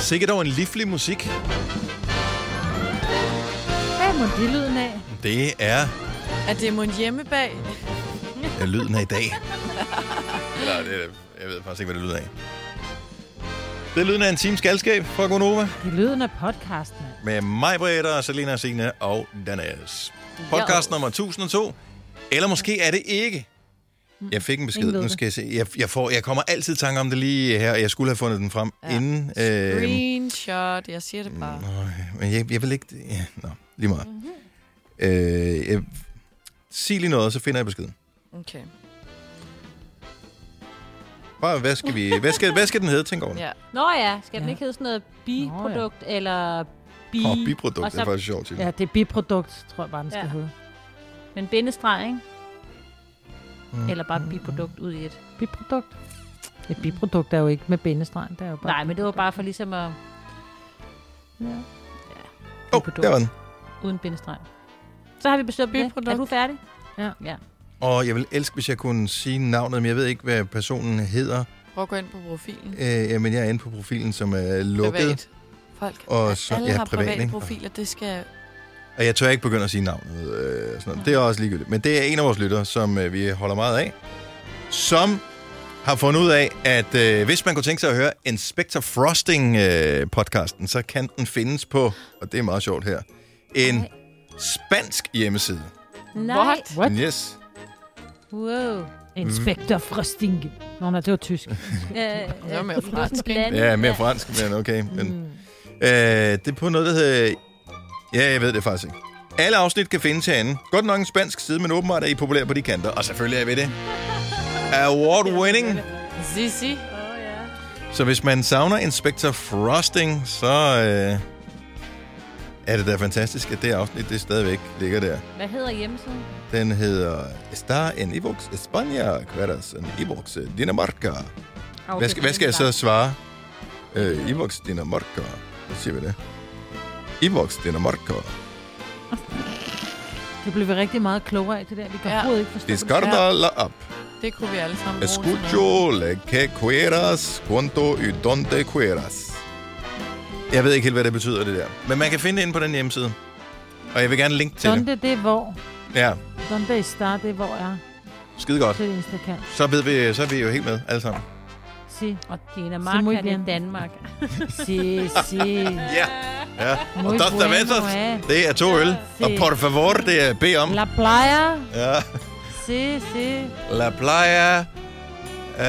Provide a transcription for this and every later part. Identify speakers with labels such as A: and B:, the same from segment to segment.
A: Sikkert over en livlig musik.
B: Hvad må de lyden af?
A: Det er
C: Er det mon hjemme bag?
A: ja, lyden af i dag. Eller, det, jeg ved faktisk ikke, hvad det lyder af. Det er lyden af en times galskab fra Gonova
B: Det er lyden af podcasten.
A: med mig, Britta, Selina, Signe og Danas. Podcast nummer 1002. Eller måske er det ikke. Jeg fik en besked.
B: Ingen ved
A: Nu
B: det.
A: skal jeg se. Jeg, jeg, får, jeg kommer altid i tanke om det lige her. Jeg skulle have fundet den frem ja. inden. Øh,
C: Screenshot, jeg siger det
A: Mm,
C: bare.
A: Øj, Men jeg, jeg vil ikke... Ja, nå, lige meget.
B: Mhm.
A: Mm-hmm. Øh, jeg, sig lige noget, så finder jeg beskeden.
C: Okay,
A: Bare, hvad skal vi... Hvad skal, hvad skal den hedde, tænk over det. Ja.
C: ja.
D: Nå ja, skal den
B: Ja.
D: ikke hedde sådan noget biprodukt Nå, ja. eller bi...
A: Og biprodukt,
D: og
A: det er faktisk sjovt til.
B: Ja,
A: Ja.
B: det er biprodukt, tror jeg bare, den skal
D: Ja.
B: hedde.
D: Men bindestreg, ikke?
A: Mm.
D: Eller bare biprodukt ud i et.
B: Biprodukt. Et biprodukt er jo ikke med bindestreg. Det er jo bare
D: Nej, men det var bare for ligesom at...
A: Oh, der var den.
D: Uden bindestreg. Så har vi besøgt det.
C: Biprodukt.
D: Er du færdig?
B: Ja.
D: ja.
A: Og jeg vil elske, hvis jeg kunne sige navnet, men jeg ved ikke, hvad personen hedder.
C: Prøv at gå ind på profilen.
A: Øh, jamen, jeg er inde på profilen, som er lukket.
C: Privat. Folk.
A: Og så-
C: Alle
A: ja,
C: har
A: privat,
C: private
A: ikke?
C: profiler, det skal...
A: Og jeg tør ikke begynde at sige navnet. Øh, og sådan noget. Det er også ligegyldigt. Men det er en af vores lyttere, som øh, vi holder meget af, som har fundet ud af, at øh, hvis man kunne tænke sig at høre Inspector Frosting-podcasten, øh, podcasten, så kan den findes på, og det er meget sjovt her, en
D: Ej.
A: spansk hjemmeside.
D: Nej.
C: What?
B: What?
A: Yes.
D: Wow.
A: Mm.
D: Mm. Øh,
B: Inspektor Frostinge. Nå, nej, det var tysk.
D: Ja,
C: var mere fransk, ikke?
A: Ja, mere
D: øh,
A: fransk, men okay. Men, øh, det er på noget, der hedder... Ja, jeg ved det faktisk ikke. Alle afsnit kan findes herinde. Godt nok en spansk side, men åbenbart er I populære på de kanter. Og selvfølgelig er vi det. Award-winning.
C: Sisi.
A: Så hvis man savner Inspector Frosting, så øh, er det da fantastisk, at det afsnit det stadigvæk ligger der.
D: Hvad hedder hjemmesiden?
A: Den hedder Star en Evox España, Queras en Evox øh, Dinamarca.
D: Okay,
A: Hvad skal, hvad skal jeg så svare? Øh, Evox Dinamarca. Hvad siger vi det? Evox Dinamarca.
B: Det blev vi rigtig meget klogere af det der. Vi kan
C: Ja.
B: overhovedet ikke forstå det.
A: Descarga la app.
C: Det kunne vi alle sammen bruge til noget.
A: Escucho le que quieras, cuanto y donde quieras. Jeg ved ikke helt, hvad det betyder, det der. Men man kan finde det inde på den hjemmeside. Og jeg vil gerne linke til det.
B: Donde, det er hvor.
A: Ja,
B: Donde star, det er hvor jeg er.
A: skide godt.
B: Det er det eneste, jeg kan
A: Så ved vi, så er vi jo helt med alle sammen.
B: sige.
D: Og Dina
B: Så må I
D: Mark er det
B: gerne.
D: Danmark.
B: Si, si.
A: Ja. ja. Og
B: Muy
A: Dos Taventos,
B: bueno, eh.
A: det er to øl. Og por favor, det er B om.
B: La playa.
A: Ja.
B: Si, si.
A: La playa. Uh,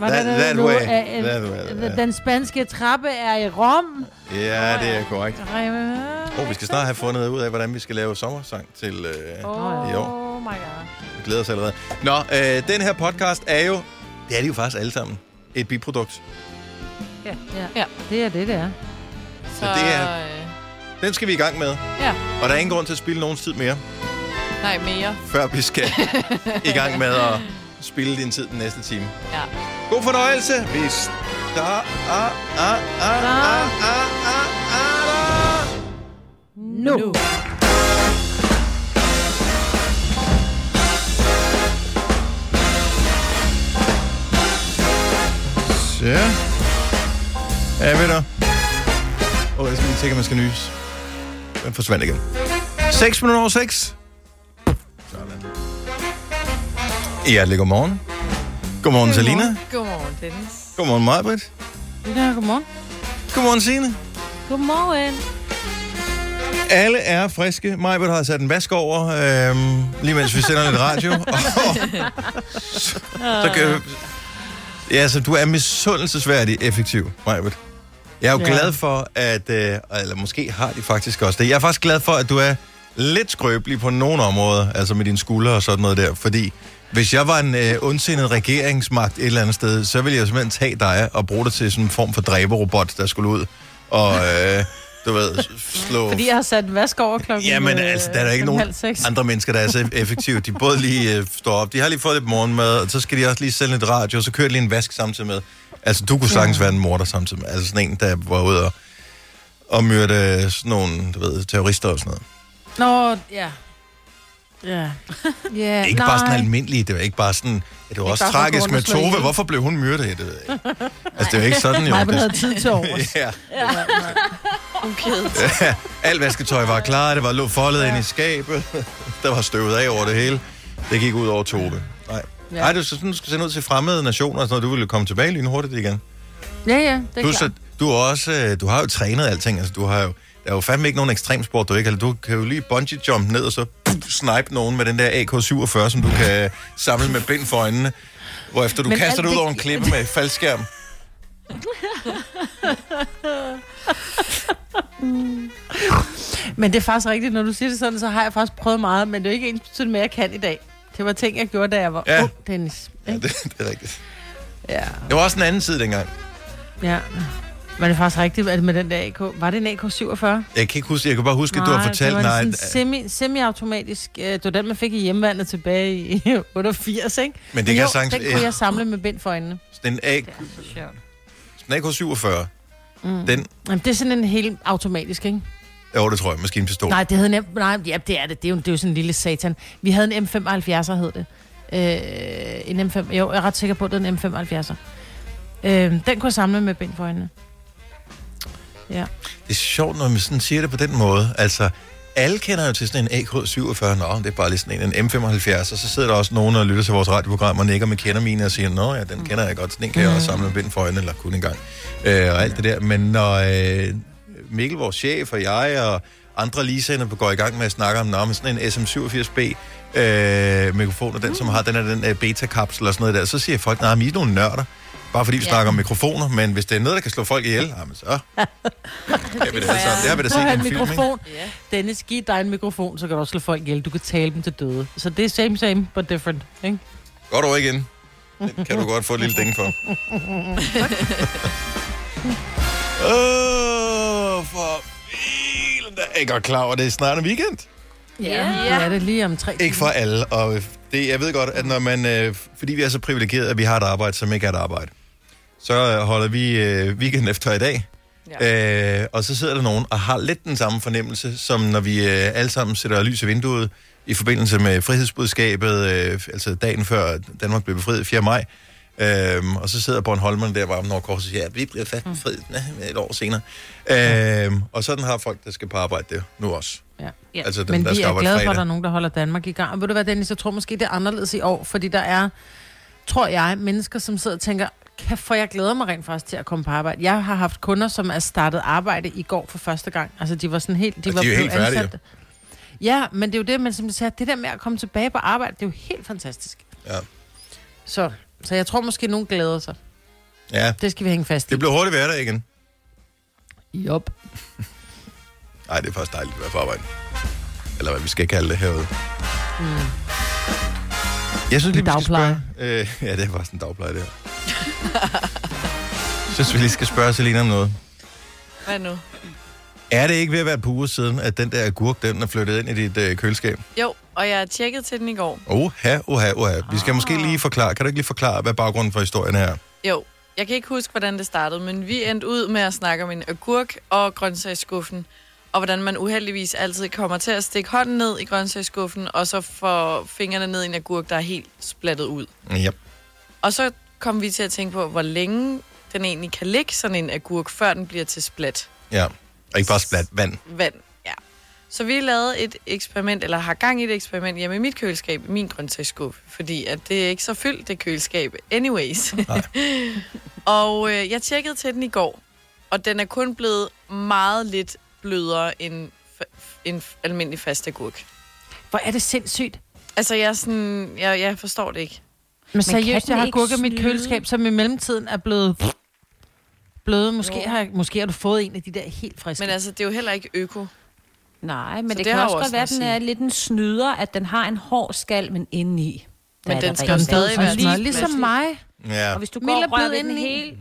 B: Var
A: That-
B: der
A: that
B: nu?
D: øh,
A: way.
B: Ah, eh,
A: That way, ja.
B: Den spanske trappe er i Rom.
A: ja, det er korrekt.
B: Åh,
A: Oh, vi skal snart have fundet ud af, hvordan vi skal lave sommersang til øh, i år.
D: Oh my god.
A: Vi glæder os allerede. Nå, øh, den her podcast er jo... Det er de jo faktisk alle sammen. Et biprodukt.
B: Det er det, det er.
C: Så,
A: det er-
C: øh,
A: Den skal vi i gang med.
C: Ja.
A: Og der er ingen grund til at spille nogen tid mere,
C: Nej, mere.
A: før vi skal i gang med at spille din tid den næste time.
C: Ja.
A: God fornøjelse. Vi starter.
B: Nu.
C: Nu.
A: Så er vi der. Åh, oh, jeg skal lige tjekke, om jeg skal nys. Den forsvandt igen. 6 minutter over 6. Sådan. Hjertelig godmorgen. Godmorgen, Selina.
C: Godmorgen, Dennis.
A: Godmorgen, Majbrit.
B: Ja, godmorgen.
A: Godmorgen, Signe.
D: Godmorgen.
A: Alle er friske. Majbert har sat en vask over, øhm, lige mens vi sender lidt radio. Og, så, så
E: Ah.
A: kan, ja, så du er misundelsesværdig effektiv, Majbert. Jeg er jo ja.
B: Ja.
A: glad for, at... Øh, eller måske har de faktisk også det. Jeg er faktisk glad for, at du er lidt skrøbelig på nogle områder, altså med dine skuldre og sådan noget der, fordi hvis jeg var en øh, ondsindet regeringsmagt et eller andet sted, så ville jeg jo simpelthen tage dig og bruge dig til sådan en form for dræberrobot, der skulle ud og, øh, du ved, slå...
F: Fordi jeg har sat vask over klokken
A: Jamen
F: øh,
A: altså, der er der ikke
F: fem,
A: nogen
F: halv seks.
A: andre mennesker, der er så effektive. De både lige øh, står op, de har lige fået lidt morgenmad, og så skal de også lige sende lidt radio, og så kører de lige en vask samtidig med. Altså, du kunne sagtens være en morder samtidig med. Altså sådan en, der var ude og, og myrde øh, sådan nogle, du ved, terrorister og sådan noget.
F: Nå, ja.
D: Ja.
B: Ja,
A: Ikke bare sådan almindelige, det var ikke bare sådan... Det var også
C: bare sådan,
A: tragisk
C: hun
A: med
C: er slået
A: Tove.
C: ihjel.
A: Hvorfor blev hun myrdet? Det ved jeg ikke. Altså, det er jo ikke sådan, jo.
B: Nej, men
A: Det-
B: havde tid til overs.
A: Ja.
C: Okay.
A: Ja, alt vasketøj var klar, det var lå foldet ja. ind i skabet, der var støvet af over det hele. Det gik ud over Tove. Nej. Ja.
B: Ja.
A: Ej, du så sådan, du skal sende ud til fremmede nationer, og sådan noget. du ville komme tilbage lynhurtigt igen.
B: Ja, ja, det er
A: Du,
B: klart.
A: er så, du, er også, øh, du har jo trænet alting, altså du har jo, der er jo fandme ikke nogen ekstremsport, du ikke eller Du kan jo lige bungee jump ned og så puff, snipe nogen med den der AK-47, som du kan samle med bind for øjnene, hvorefter du
B: Men
A: kaster
B: alt
A: det ud
B: det-
A: over en klippe med faldskærm.
B: Men det er faktisk rigtigt, når du siger det sådan, så har jeg faktisk prøvet meget, men det er jo ikke ens betydende med, at jeg kan i dag. Det var ting, jeg gjorde, da jeg var
A: Ja.
B: ja. ung, Dennis.
A: Ja,
B: Ikke?
A: det, det er rigtigt.
B: Ja.
A: Det var også en anden tid dengang.
B: ja. Men det er faktisk rigtigt, at med den der AK... Var det en AK-47?
A: Jeg kan ikke huske, jeg kan bare huske, at du har fortalt,
B: det var
A: nej,
B: en sådan semi, semi-automatisk... Øh, det var den, man fik i hjemmevandet tilbage i 88, ikke?
A: Men det kan
B: jo,
A: jeg sagtens...
B: den kunne jeg samle med bind for øjnene.
A: Den AK,
D: Sjovt.
A: den AK-47,
B: Mm.
A: Den-
B: Jamen, det er sådan en helt automatisk, ikke?
A: jo, det tror jeg, maskinpistol.
B: Nej, det hed nem... Nej, ja, det er det. Det er, jo, det er jo sådan en lille satan. Vi havde en M75'er, hed det. Øh, en M5... Jo, jeg er ret sikker på, at det er en M75'er. Øh, den kunne jeg samle med ben for øjnene.
A: Det er sjovt, når man sådan siger det på den måde. Altså, alle kender jo til sådan en AK-47, nå, det er bare lige sådan en, en M75, og så sidder der også nogen og lytter til vores radioprogram og nikker med kender mine og siger, nå ja, den kender jeg godt, sådan en kan jeg også samle med bind for øjnene, eller kun en gang, øh, og alt det der. Men når øh, Mikkel, vores chef, og jeg og andre ligesendere går i gang med at snakke om, nå, men sådan en SM87B, øh, mikrofon, og den, som har den her den, øh, beta-kapsel og sådan noget der, så siger folk, nej, men I er nogle nørder. Bare fordi vi ja.
D: Ja.
A: snakker om mikrofoner, men hvis det er noget, der kan slå folk ihjel, jamen så det har vi da alle sammen. Det har vi da
B: Så har
A: set i
B: jeg
A: en
B: en
A: film, ikke?
B: mikrofon.
C: Ja.
B: Dennis, giv dig en mikrofon, så kan du også slå folk ihjel. Du kan tale dem til døde. Så det er same, same, but different, ikke?
A: Godt over igen. Det kan du godt få et lille ding for. Åh, oh, for bilen, der er ikke godt klar over, at det er snart en weekend.
D: Ja.
B: Det er det lige om tre
A: Ikke for alle, og det, jeg ved godt, at når man, øh, fordi vi er så privilegerede, at vi har et arbejde, som ikke er et arbejde, så øh, holder vi øh, weekend efter i dag,
C: Ja.
A: Øh, og så sidder der nogen og har lidt den samme fornemmelse, som når vi øh, alle sammen sætter lys i vinduet i forbindelse med frihedsbudskabet, øh, altså dagen før Danmark blev befriet 4. maj. Øhm, og så sidder Bornholmerne der varmen over korset og siger, at vi bliver fast befriet mm. et år senere. Øhm, og sådan har folk, der skal på arbejde det nu også.
B: Ja.
D: Ja.
A: Altså dem,
B: Men
A: der
B: vi
A: skal
B: er
A: arbejde
B: glade for,
A: fredag.
B: at der er nogen, der holder Danmark i gang. Og ved du hvad, Dennis, jeg tror måske, det er anderledes i år, fordi der er, tror jeg, mennesker, som sidder og tænker, "Kæft, for jeg glæder mig rent faktisk til at komme på arbejde. Jeg har haft kunder, som er startet arbejde i går for første gang. Altså, de var sådan helt... De,
A: Og
B: var
A: de er jo
B: blevet
A: helt færdige,
B: ansat. Ja, men det er jo det, man som sagde, det der med at komme tilbage på arbejde, det er jo helt fantastisk.
A: Ja.
B: Så, så jeg tror måske, nogen glæder sig.
A: Ja,
B: Det skal vi hænge fast i.
A: det bliver hurtigt hverdag igen.
B: Jop.
A: Nej, det er faktisk dejligt at være på arbejde. Eller hvad vi skal kalde det herude. Mm.
G: Hm.
A: Jeg synes lige,
B: En
A: vi skal
B: dagpleje.
A: spørge... Øh, ja, det er faktisk en dagpleje, det her. Jeg synes, vi lige skal spørge Selina om noget.
C: Hvad nu?
A: Er det ikke ved at være på uger siden, at den der agurk, den er flyttet ind i dit øh, køleskab?
C: Jo, og jeg tjekkede til den i går.
A: Oha, oha, oha. Vi skal måske lige forklare. Kan du ikke lige forklare, hvad baggrunden for historien er?
C: Jo, jeg kan ikke huske, hvordan det startede, men vi endte ud med at snakke om en agurk og grøntsagsskuffen, og hvordan man uheldigvis altid kommer til at stikke hånden ned i grøntsagsskuffen, og så får fingrene ned i en agurk, der er helt splattet ud.
A: Ja.
C: Og så kom vi til at tænke på, hvor længe den egentlig kan ligge sådan en agurk, før den bliver til splat
A: ja. Og ikke bare splat vand.
C: vand. Ja. Så vi lavede et eksperiment, eller har gang i et eksperiment hjemme i mit køleskab, i min grøntsagsskuffe, fordi at det er ikke så fyldt, det køleskab. Anyways.
A: Nej.
C: og øh, jeg tjekkede til den i går, og den er kun blevet meget lidt blødere end f- en f- almindelig fast agurk.
B: Hvor er det sindssygt.
C: Altså, jeg, er sådan, jeg, jeg forstår det ikke.
B: Men
D: kan
B: seriøst,
D: den
B: jeg har
D: ikke
B: gurket i mit
D: snyde?
B: køleskab, som i mellemtiden er blevet bløde. Måske,
D: Jo.
B: har, jeg- måske har du fået en af de der helt friske.
C: Men altså, det er jo heller ikke øko.
D: Nej, men
C: Så
D: det, det
C: det
D: kan
C: har
D: også
C: jo
D: godt
C: også
D: være, at
C: noget
D: den
C: at
D: er lidt en snyder, at den har en hård skal, men indeni. der
C: Men
D: er
C: den
D: der
C: skal
D: rigtig
C: jo stadig
D: salt.
C: være
D: Og
C: lige
B: Nå,
D: lige-
B: ligesom mig.
A: Ja.
D: Og hvis du går
B: Mild er
D: og rører
B: blevet
D: ved den
B: indeni.
D: hele...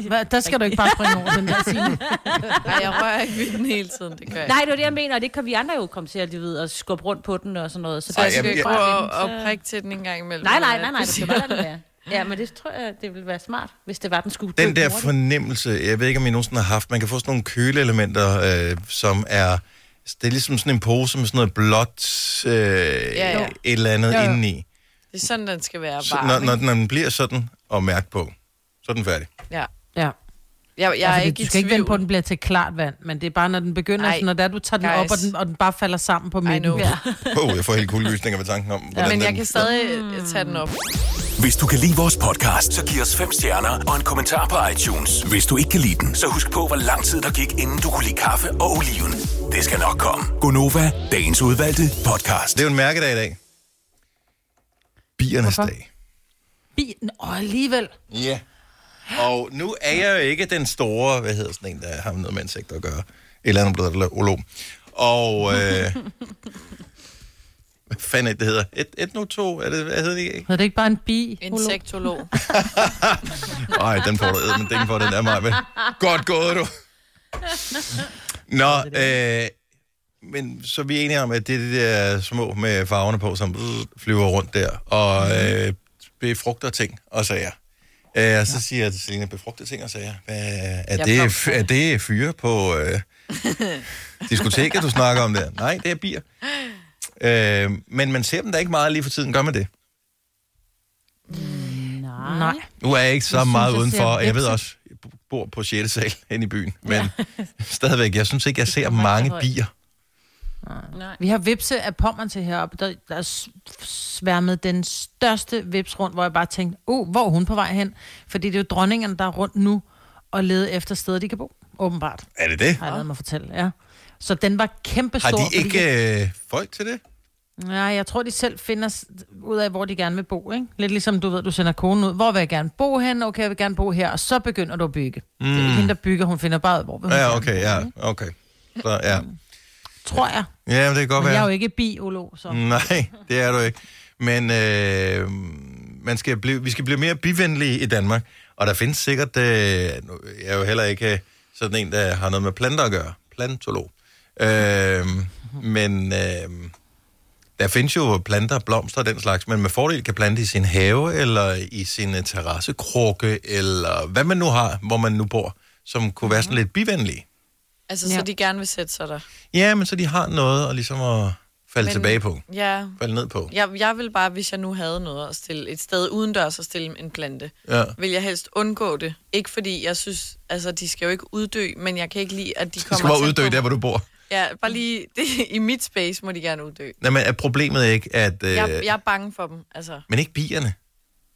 B: Hva, der skal du ikke bare springe over den der sine.
C: Nej, jeg rører ikke ved den hele tiden, det gør jeg.
D: Nej, det er det, jeg mener, og det kan vi andre jo komme til at, du ved, at skubbe rundt på den og sådan noget. Så
C: Så jeg
A: Ej,
C: skal
A: jeg-
C: ikke gå
A: jeg-
C: og, og prikke til den en gang imellem.
D: Nej, nej,
C: eller
D: nej, nej,
C: hvad?
D: det skal bare lade den være. Ja, men det tror jeg, det ville være smart, hvis det var, den skulle
A: Den
D: dø
A: der
D: hurtigt.
A: fornemmelse, jeg ved ikke, om I nogensinde har haft, man kan få sådan nogle køleelementer, øh, som er det er ligesom sådan en pose med sådan noget blåt øh, ja,
C: ja.
A: ja. et eller andet
B: Jo,
A: ja,
B: jo.
A: ja. indeni.
C: Det er sådan, den skal være
A: Så,
C: varm.
A: når, når,
C: ikke?
A: når den bliver sådan og mærke på, så er den færdig.
C: Ja.
B: Ja.
C: Jeg, jeg
B: Jeg
C: er
B: altså,
C: ikke
B: ikke
C: i
B: du skal ikke
C: tvivl.
B: vente på, at den bliver til klart vand, men det er bare, når den begynder,
C: Ej,
B: Ej, sådan, når det er, du tager den op,
C: guys.
B: og den, og den bare falder sammen på
C: I
B: midten.
C: know. Ja.
A: Oh, jeg får helt kuldegysninger ved tanken om, hvordan
C: Men jeg
A: den...
C: kan stadig øh, tage den op.
F: Hvis du kan lide vores podcast, så giv os fem stjerner og en kommentar på iTunes. Hvis du ikke kan lide den, så husk på, hvor lang tid der gik, inden du kunne lide kaffe og oliven. Det skal nok komme. Gonova, dagens udvalgte podcast.
A: Det er jo en mærkedag i dag. Biernes
B: Hvorfor?
A: dag.
B: Bilen, og alligevel.
A: Ja. Og nu er jeg jo ikke den store, hvad hedder sådan en, der har noget med insekter at gøre. Et eller andet blevet eller olom. Og, øh, hvad fanden er det, det hedder? Et, et no to, er det, hvad hedder det ikke?
B: Hedder det ikke bare en bi?
C: Insektolog.
A: Ej, den får du æd, men den får den der mig. Men godt gået, du. Nå, øh, men så er vi enige om, at det er de der små med farverne på, som øh, flyver rundt der, og øh, befrugter ting og sager. Øh, og så siger jeg til Selina, befrugter ting og sager. Hvad, er,
C: Jeg
A: det,
C: blomstrer.
A: er det fyre på øh, diskoteket, du snakker om der? Nej, det er bier. Øh, men man ser dem da ikke meget lige for tiden, gør man det?
B: Nej.
A: Nu er jeg ikke så
B: Jeg
A: jeg
B: synes,
A: meget
B: jeg
A: udenfor,
B: ser
A: og jeg ved
B: hvepse.
A: også, jeg bor på 6. sal inde i byen, men stadigvæk, jeg synes ikke, jeg ser mange
D: højt.
A: bier.
C: Nej.
B: Vi har vipse af pommeren til heroppe. Der, der er s- sværmet den største vips rundt, hvor jeg bare tænkte, oh, hvor er hun på vej hen? Fordi det er jo dronningerne, der er rundt nu og leder efter steder, de kan bo, åbenbart.
A: Er det det?
B: Har jeg lavet mig fortælle, ja. Så den var kæmpe
A: Har
B: stor.
A: de ikke øh, folk til det?
B: Ja, jeg tror, de selv finder s- ud af, hvor de gerne vil bo, ikke? Lidt ligesom, du ved, du sender konen ud. Hvor vil jeg gerne bo hen? Okay, jeg vil gerne bo her. Og så begynder du at bygge. Mm. Det er ikke hende, der bygger. Hun finder bare ud, hvor vil hun
A: Ja,
B: gerne
A: okay,
B: bo,
A: ja,
B: ikke?
A: okay. Så, ja.
B: Tror jeg.
A: ja, men det kan godt
B: Men jeg er jo
A: være.
B: ikke biolog, så... Mm.
A: Nej, det er du ikke. Men øh, man skal blive, vi skal blive mere bivenlige i Danmark, og der findes sikkert, øh, nu- jeg er jo heller ikke øh, sådan en, der har noget med planter at gøre, plantolog. Øh, men øh, Der findes jo planter, blomster og den slags, men med fordel kan plante i sin have, eller i sin øh, terrassekrukke, eller hvad man nu har, hvor man nu bor, som kunne være
B: Mhm.
A: sådan lidt bivenlige.
C: Altså, så
B: Ja.
C: de gerne vil sætte sig der.
A: Ja, men så de har noget at, ligesom at falde men...
C: Men-
A: tilbage på,
C: Ja.
A: falde ned på.
C: Jeg, jeg vil bare, hvis jeg nu havde noget at stille et sted udendørs og stille en plante,
A: Ja.
C: vil jeg helst undgå det. Ikke fordi jeg synes, altså de skal jo ikke uddø, men jeg kan ikke lide, at de
A: Du skal
C: kommer
A: bare
C: tæt
A: uddø
C: på
A: der,
C: mig.
A: hvor du bor.
C: Ja, bare lige det, i mit space må de gerne uddø.
A: Nej, men er problemet ikke, at... Øh,
C: Jeg, jeg er bange for dem, altså.
A: Men ikke bierne.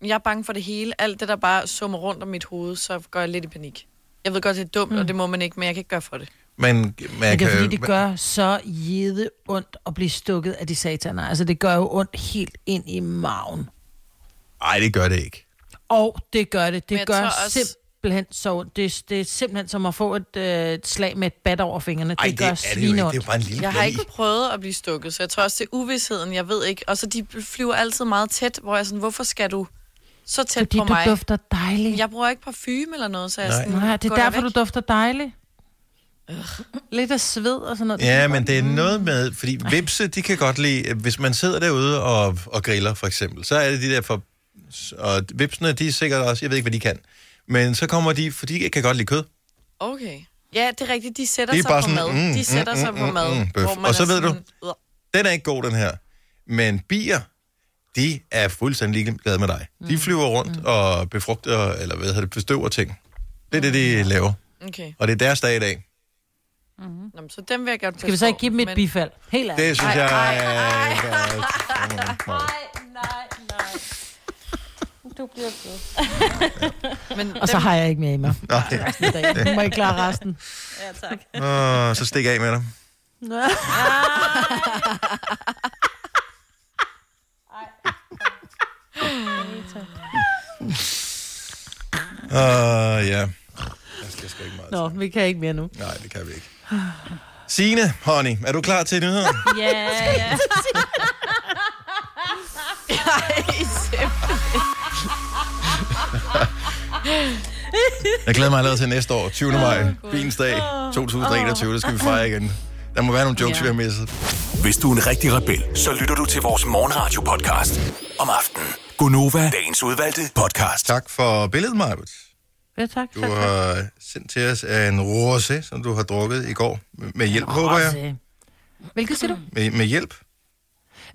C: Jeg er bange for det hele. Alt det, der bare summer rundt om mit hoved, så går jeg lidt i panik. Jeg ved godt, det er dumt, mm. og det må man ikke, men jeg kan ikke gøre for det.
A: Men, man
B: Men det
A: kan,
B: er fordi, det gør så jede ondt at blive stukket af de sataner. Altså, det gør jo ondt helt ind i maven.
A: Ej, det gør det ikke.
B: Og det gør det.
C: Men
B: Det
C: jeg
B: gør
C: tror også-
B: også... simpelthen så ondt. Det, det er simpelthen som at få et, øh, et slag med et bat over fingrene.
A: Ej,
B: det, gør
A: er det jo ikke. Det er jo
B: svinondt.
A: bare en lille
C: Jeg har
A: blæ.
C: ikke prøvet at blive stukket, så jeg tror også, det er uvidsheden, jeg ved ikke. Og så de flyver altid meget tæt, hvor jeg er sådan, hvorfor skal du så tæt
B: Fordi
C: på mig?
B: du dufter dejligt.
C: Jeg bruger ikke parfume eller noget, så jeg er
A: Nej.
C: sådan,
B: Nej, det
C: "Gå
B: er
C: da
B: derfor,
C: væk."
B: du dufter dejligt. Lidt af sved og sådan noget.
A: Ja, men det er noget med, fordi vipse, de kan godt lide, hvis man sidder derude og, og griller for eksempel, så er det de der for, og vipsene, de er sikkert også, jeg ved ikke, hvad de kan, men så kommer de, for de kan godt lide kød.
C: Okay. Ja, det er rigtigt, de sætter
A: Det er
C: sig
A: bare
C: på
A: sådan,
C: mad.
A: mm,
C: de sætter
A: mm,
C: sig
A: mm,
C: på
A: mm,
C: mad,
A: mm, bøf.
C: hvor man
A: Og så
C: er
A: ved du-
C: sådan, "Ugh."
A: Den er ikke god, den her. Men bier, de er fuldstændig ligeglade med dig.
C: Mm.
A: De flyver rundt og befrugter, eller hvad hedder det, bestøver ting. Det er det,
C: Mm.
A: de laver.
C: Okay,
A: Og det er deres dag i dag.
C: Nå, men så dem vil jeg godt
B: Skal vi så ikke give dem et
C: men-
B: bifald? Helt ærligt.
A: Det synes jeg...
C: ej,
A: er-
D: Nej, nej, nej. Du bliver glad.
C: Men
B: Og så
C: dem-
B: har jeg ikke mere i mig
A: Nej.
B: i dag. Nu må I klare resten.
D: Ja, tak.
A: Åh, så stik af med dem. Åh, Ah, ja. Jeg skal sgu ikke meget.
B: Nå, vi kan ikke mere nu.
A: Nej, det kan vi ikke. Signe, honey, er du klar til nyheden?
D: Ja, ja.
C: Ej, Sepp.
A: Jeg glæder mig allerede til næste år, 20. maj, Bilens dag 2021, det skal vi fejre igen. Der må være nogle jokes, vi har misset.
F: Hvis du er en rigtig rebel, så lytter du til vores morgenradio-podcast om aftenen. Gonova, dagens udvalgte podcast.
A: Tak for billedet, Majbert.
B: Ja, tak.
A: Du har sendt til os en rosé, som du har drukket i går. Med hjælp, håber jeg.
B: Hvilket siger du?
A: Med, med hjælp?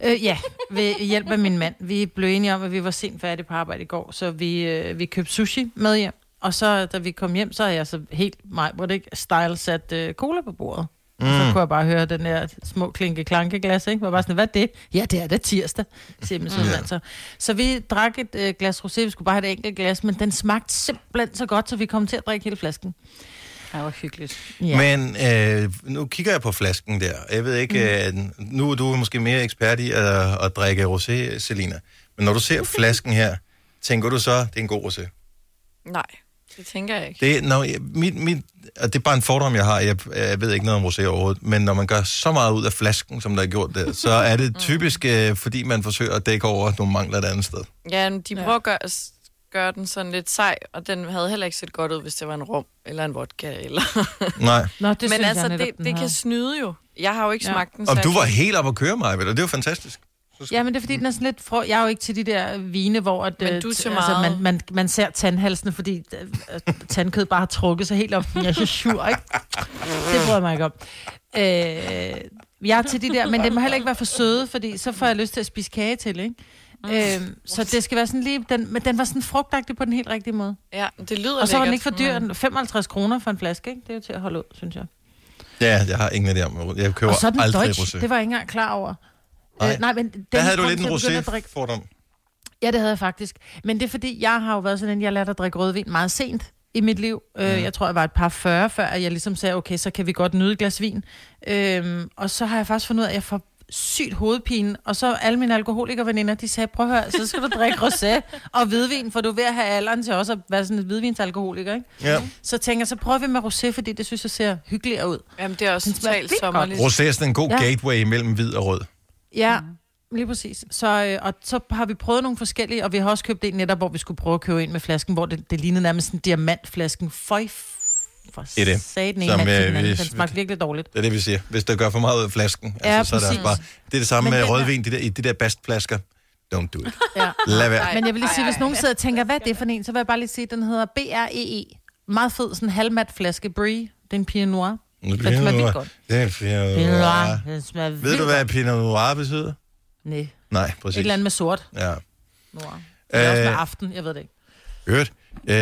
B: Øh, ja, ved hjælp af min mand. Vi blev enige om, at vi var sent færdige på arbejde i går, så vi, øh, vi købte sushi med hjem. Og så, da vi kom hjem, så havde jeg så helt mig, hvor det ikke style sat øh, cola på bordet. Mm. Og så kunne jeg bare høre den der små klinke klanke glas, ikke? Var bare sådan, hvad er det? Ja, det er det tirsdag, siger
A: Mm.
B: min søn altså. Så vi drak et øh, glas rosé, vi skulle bare have et enkelt glas, men den smagte simpelthen så godt, så vi kom til at drikke hele flasken.
D: Det var hyggeligt.
B: Ja.
A: Ja. Men øh, nu kigger jeg på flasken der. Jeg ved ikke, mm. øh, nu er du måske mere ekspert i at, at drikke rosé, Selina. Men når du ser flasken her, tænker du så, det er en god rosé?
C: Nej, det tænker jeg ikke.
A: Det, når, jeg- mit, mit, og det er bare en fordom, jeg har. Jeg, jeg ved ikke noget om rosé overhovedet. Men når man gør så meget ud af flasken, som der er gjort der, så er
B: Mm.
A: det typisk, øh, fordi man forsøger at dække over nogle mangler et andet sted.
C: Ja, men de prøver at gøre, s- gøre den sådan lidt sej, og den havde heller ikke set godt ud, hvis det var en rom eller en vodka. Eller...
A: Nej.
B: Nå, det
C: Men
B: synes
C: altså,
B: jeg netop,
C: det,
B: den
C: det
B: har.
C: kan snyde jo. Jeg har jo ikke
B: Ja.
C: ja. smagt den
A: Og du
C: særlig.
A: var helt op at køre mig, og det var jo fantastisk.
B: Ja, men det er
A: Mm.
B: fordi, den er sådan lidt frå... Jeg er jo ikke til de der vine, hvor at,
C: Men
B: øh,
C: du er
B: t-
C: til meget.
B: man, man, man ser tandhalsene, fordi øh, øh, tandkød bare har trukket sig helt op. Jeg er så sur, ikke? Det bryder jeg mig ikke om. Øh, jeg er til de der, men det må heller ikke være for søde, fordi så får jeg lyst til at spise kage til, ikke?
C: Mm.
B: Øh, så det skal være sådan lige... Den, men den var sådan frugtagtig på den helt rigtige måde.
C: Ja, det lyder
B: Og så var den
C: lækkert, Mm.
B: ikke for dyr.
C: men-
B: Den- 55 kroner for en flaske, ikke? Det er jo til at holde ud, synes jeg.
A: Ja, jeg har ingen idé om. Jeg køber
B: Og så er den
A: aldrig
B: Deutsch.
A: rosé.
B: Det var jeg ikke engang klar over.
A: Nej.
B: Øh, nej, men den
A: Der havde du
B: kom
A: lidt en
B: til at begynde at drikke-
A: rosé-fordom.
B: Ja, det havde jeg faktisk. Men det er fordi, jeg har jo været sådan en, jeg lærte at drikke rødvin meget sent i mit liv. Mm.
A: Mhm.
B: Øh, jeg tror, jeg var et par 40, før jeg ligesom sagde, okay, så kan vi godt nyde et glas vin. Øhm, og så har jeg faktisk fundet ud af, at jeg får sygt hovedpine. Og så alle mine alkoholikerveninder, de sagde, prøv at høre, så skal du drikke rosé og hvidvin, for du er ved at have alderen til også at være sådan et hvidvinsalkoholiker, ikke?
A: Ja.
B: Så tænker jeg, så prøver vi med rosé, fordi det synes jeg ser hyggeligere ud.
C: Jamen, det er også
B: Den smager
C: totalt
B: vildt godt.
C: sommerligt.
A: Rosé er sådan en god
B: Ja.
A: ja. gateway mellem hvid og rød.
B: Ja, mm. lige præcis. Så, øh, og så har vi prøvet nogle forskellige, og vi har også købt en netop, hvor vi skulle prøve at købe en med flasken, hvor det, det lignede nærmest en diamantflasken. Føj, f- for
A: er det.
B: satan, en
A: Som,
B: mand til
A: øh,
B: den anden.
A: hvis-
B: Den smagte virkelig dårligt.
A: Det er det, vi siger. Hvis der gør for meget ud af flasken,
B: Ja,
A: altså, så er det,
B: præcis.
A: også bare... det er det samme
B: Men
A: med
B: den der-
A: rødvin, de der, i de der bastflasker. Don't do it.
B: Ja.
A: Lad være.
C: Nej.
B: Men jeg vil lige sige, hvis nogen sidder og tænker, hvad er det for en, så vil jeg bare lige sige, at den hedder BREE. E. Meget fed, sådan en halvmat flaske Brie. Det er en Pinot Noir. Den
A: Pinot
B: smager vildt
A: Noir.
B: godt.
A: Det er Pinot
B: Pinot
A: Noir.
B: Noir. Den smager vildt
A: Ved du, hvad Pinot Noir betyder?
B: Nej. Et
A: Nej, præcis.
B: eller andet med sort.
A: Ja.
B: Noir. Eller også med
A: Øh,
B: aften, jeg ved det ikke.
A: Hørt. Øh,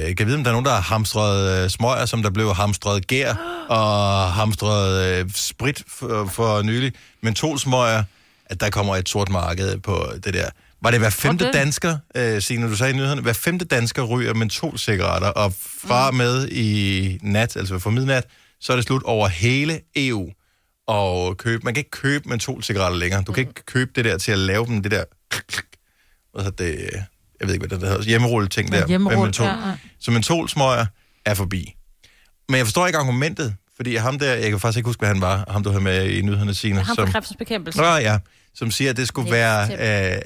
A: kan jeg vide, om der er nogen, der har hamstret øh, smøger, som der blev hamstret gær og hamstret øh, sprit for, for nylig. Mentolsmøger, at der kommer et sort marked på det der. Var det hver femte
D: Hvordan?
A: dansker, øh, Signe, du sagde i nyhederne, hver femte dansker ryger mentolcigaretter, og fra og med i nat, altså for midnat, så er det slut over hele EU. Og købe, man kan ikke købe mentolcigaretter længere. Du kan ikke købe det der til at lave dem, det der hvad hedder det, jeg ved ikke, hvad det hedder, hjemmerullet ting der.
B: hjemmerul,
A: med mentol.
B: ja, ja.
A: Så mentolsmøger er forbi. Men jeg forstår ikke argumentet, fordi ham der, jeg kan faktisk ikke huske, hvad han var, ham du havde med i nyhederne, Signe.
D: Ham
A: som,
D: fra kræftens bekæmpelse.
A: Nå, ja, som siger, at det skulle
D: Niels
A: være...
D: Thep.
A: Øh,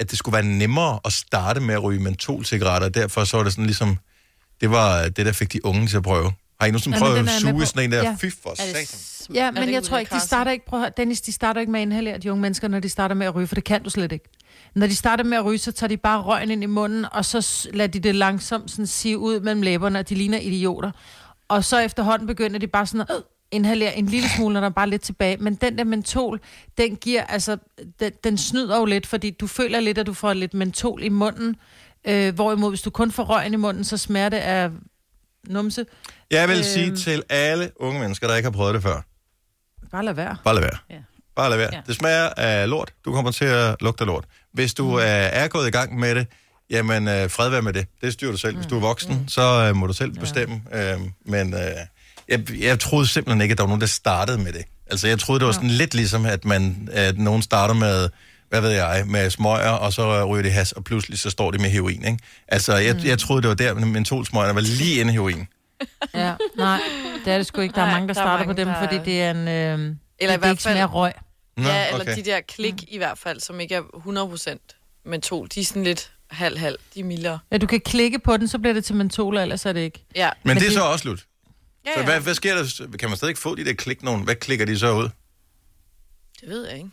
A: at det skulle være nemmere at starte med at ryge mentolcigaretter, derfor så var det sådan ligesom, det var det, der fik de unge til at prøve. Har I nogensinde
B: Nå, men
A: prøvet
B: den
A: at
B: er jeg med
A: suge
B: på.
A: sådan en der?
B: Ja.
A: Ja. Fy for
D: Er det
A: satan.
D: s-
B: Ja, men
C: det
B: jeg
C: ude
B: tror
C: i
B: ikke, de
C: kradset?
B: starter ikke, prøv at høre, Dennis, de starter ikke med at inhalere, de unge mennesker, når de starter med at ryge, for det kan du slet ikke. Når de starter med at ryge, så tager de bare røgen ind i munden, og så s- lader de det langsomt sådan sive ud mellem læberne, og de ligner idioter. Og så efterhånden begynder de bare sådan at øh, inhalere en lille smule, når der er bare lidt tilbage. Men den der mentol, den giver, altså, den, den snyder jo lidt, fordi du føler lidt, at du får lidt mentol i munden. Øh, hvorimod, hvis du kun får røgen i munden, så smager det af numse. Øh,
A: Jeg vil
B: Øhm.
A: sige til alle unge mennesker, der ikke har prøvet det før,
B: Bare lad være.
A: Bare lad være.
D: Ja.
A: Bare lad være.
D: Ja.
A: Ja. Det smager af lort. Du kommer til at lugte af lort. Hvis du
D: Mm.
A: øh, er gået i gang med det, jamen øh, fred være med det. Det styrer du selv. Hvis du
D: Mm.
A: er voksen, så øh, må du selv bestemme. Øh, men øh, jeg, jeg troede simpelthen ikke, at der var nogen, der startede med det. Altså jeg troede, det var sådan lidt ligesom, at, man, at nogen starter med hvad ved jeg, med smøger, og så øh, ryger det has, og pludselig så står det med heroin, ikke? Altså, jeg, mm. jeg troede, det var der, men mentolsmøgerne var lige inde i heroin.
B: Ja, nej, det er det sgu ikke. Der er
C: Nej,
B: mange, der,
C: der er
B: starter
C: mange,
B: på dem,
C: der-
B: fordi det er en... Øh, Eller det, det
C: hvert
B: ikke smager
C: fald-
B: røg.
A: Nå,
C: ja, eller de
B: Mm.
C: der klik i hvert fald, som ikke er 100% mentol. De er sådan lidt halv-halv. De er mildere.
B: Ja, du kan klikke på den, så bliver det til mentol, og ellers er det ikke.
C: Ja.
A: Men, det er
B: det-
A: så også slut.
C: ja,
A: Så
C: ja.
A: hvad, hvad sker der? Kan man stadig ikke få de der klik nogen? Hvad klikker de så ud?
C: Det ved jeg ikke.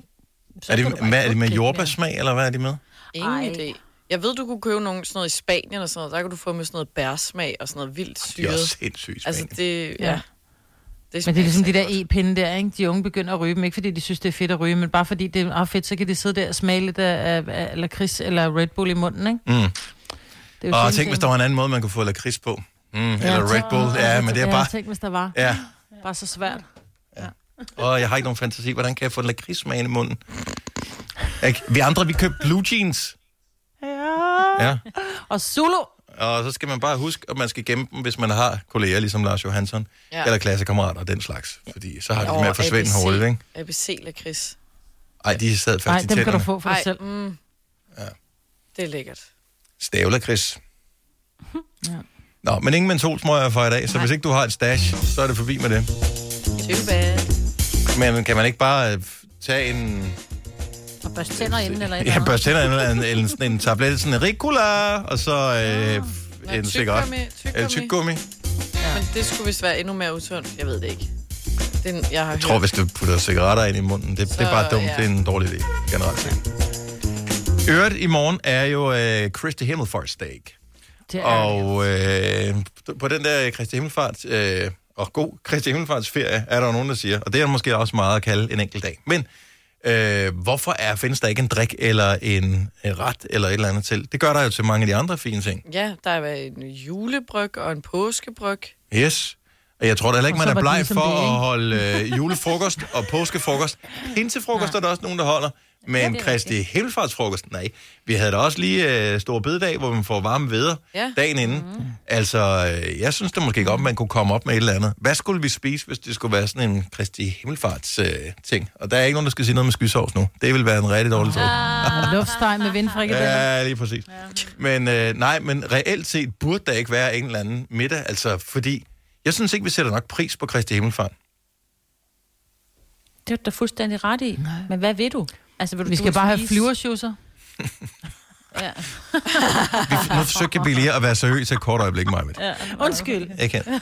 D: så
A: Er
D: kan du
A: det,
D: bare
A: hvad, er
D: ikke
A: det med
D: klikke
A: jordbærsmag, eller hvad er det med?
D: Ej.
C: Ingen idé. Jeg ved, du kunne købe nogle, sådan noget i Spanien og sådan noget. Der kan du få med sådan noget bærsmag og sådan noget vildt
A: Det er også
C: syret.
A: sindssygt
C: Altså
A: altså,
C: det, ja.
B: Ja.
C: ja. Det
B: Men det er
C: smager
B: ligesom de
C: ikke
B: der
C: særlig
B: e-pinde der, ikke? De unge begynder at ryge dem, ikke fordi de synes, det er fedt at ryge, men bare fordi det er ah, fedt, så kan de sidde der og smage lidt af, af, af lakrids eller Red Bull i munden, ikke?
A: Mm.
B: Det er
A: Og
B: sådan
A: tænk,
B: en
A: hvis der
B: ting.
A: var en anden måde, man kunne få lakrids på. Mm,
B: Ja,
A: eller Red
B: tænk-
A: Bull. Ja, men det er bare...
B: Tænk, hvis der var.
A: Ja.
B: Bare så svært.
A: Og jeg har ikke nogen fantasi. Hvordan kan jeg få en lakridssmag ind i munden? Ikke? Vi andre, vi købte blue jeans. Ja. ja.
B: Og Zulu!
A: Og så skal man bare huske, at man skal gemme dem, hvis man har kolleger, ligesom Lars Johansson, ja.
C: Ja.
A: eller klassekammerater og den slags. Fordi så har de
C: godt.
A: det med at forsvinde
C: ABC
A: hurtigt, ikke?
C: ABC lakrids.
A: Ej, de sad fast
B: Nej,
A: i
B: dem kan du
A: tænderne.
B: få for dig
C: Ej,
B: selv.
C: mm.
A: Ja.
C: Det er lækkert.
A: Stavler, Chris.
B: Ja.
A: Nå, men ingen mentolsmøger for i dag, så
B: Nej.
A: hvis ikke du har et stash, så er det forbi med det.
C: Too bad.
A: Men kan man ikke bare øh, tage en...
D: Og børst tænder inden eller et
A: Ja,
D: eller andet.
A: børst tænder eller en, en, sådan en tablet, sådan en ricola, og så øh,
C: Nå,
A: en
C: tyggegummi,
A: cigaret. Eller
C: tyggegummi.
A: tyggegummi.
C: Men det skulle vist være endnu mere usundt. Jeg ved det ikke. Den, jeg har
A: Jeg tror,
C: hørt.
A: hvis du putter cigaretter ind i munden, det, så, det er bare
C: Så,
A: dumt. Ja.
C: ja.
A: Det er en dårlig idé, generelt set. Øret i morgen er jo øh, Christi Himmelfarts dag.
B: Det er det. altså.
A: Og øh, på den der Kristi Himmelfart, øh, og god Kristi Himmelfarts ferie, er der jo nogen, der siger, og det er måske også meget at kalde en enkelt dag. Men øh, hvorfor er, findes der ikke en drik eller en, en ret eller et eller andet til? Det gør der jo til mange af de andre fine ting.
C: Ja, der har været en julebryg og en påskebryg.
A: Yes. Og jeg tror da heller ikke,
B: Og så
A: man
B: var
A: er bleg
B: det som
A: for
B: det, ikke?
A: at holde øh, julefrokost og påskefrokost. Pinsefrokost er der også nogen, der holder. Men ja,
D: er
A: Kristi Himmelfartsfrokost, nej. Vi havde da også lige øh, stor bededag, hvor man får varme veder ja.
C: Ja.
A: dagen inden.
B: Mm-hmm.
A: Mm. Altså, øh, jeg synes da måske godt, man kunne komme op med et eller andet. Hvad skulle vi spise, hvis det skulle være sådan en Kristi Himmelfarts øh, ting? Og der er ikke nogen, der skal sige noget med skysovs nu. Det vil være en rigtig
B: Ah,
A: dårlig ting.
B: Og luftsteg med vindfrikadeller.
A: Ja, lige præcis. Ja. Men øh, nej, men reelt set burde der ikke være en eller anden middag, altså fordi, jeg synes ikke, vi sætter nok pris på Kristi Himmelfart.
D: Det er du da fuldstændig ret i. Men hvad vil du? Altså, vil du
B: Vi skal
D: du vil
B: bare have
D: spise?
B: flyverschusser.
D: Ja.
A: Vi, nu forsøgte jeg blive lige at være seriøs et kort øjeblik, Majmet. Ja.
D: Undskyld.
A: Jeg kan. Jeg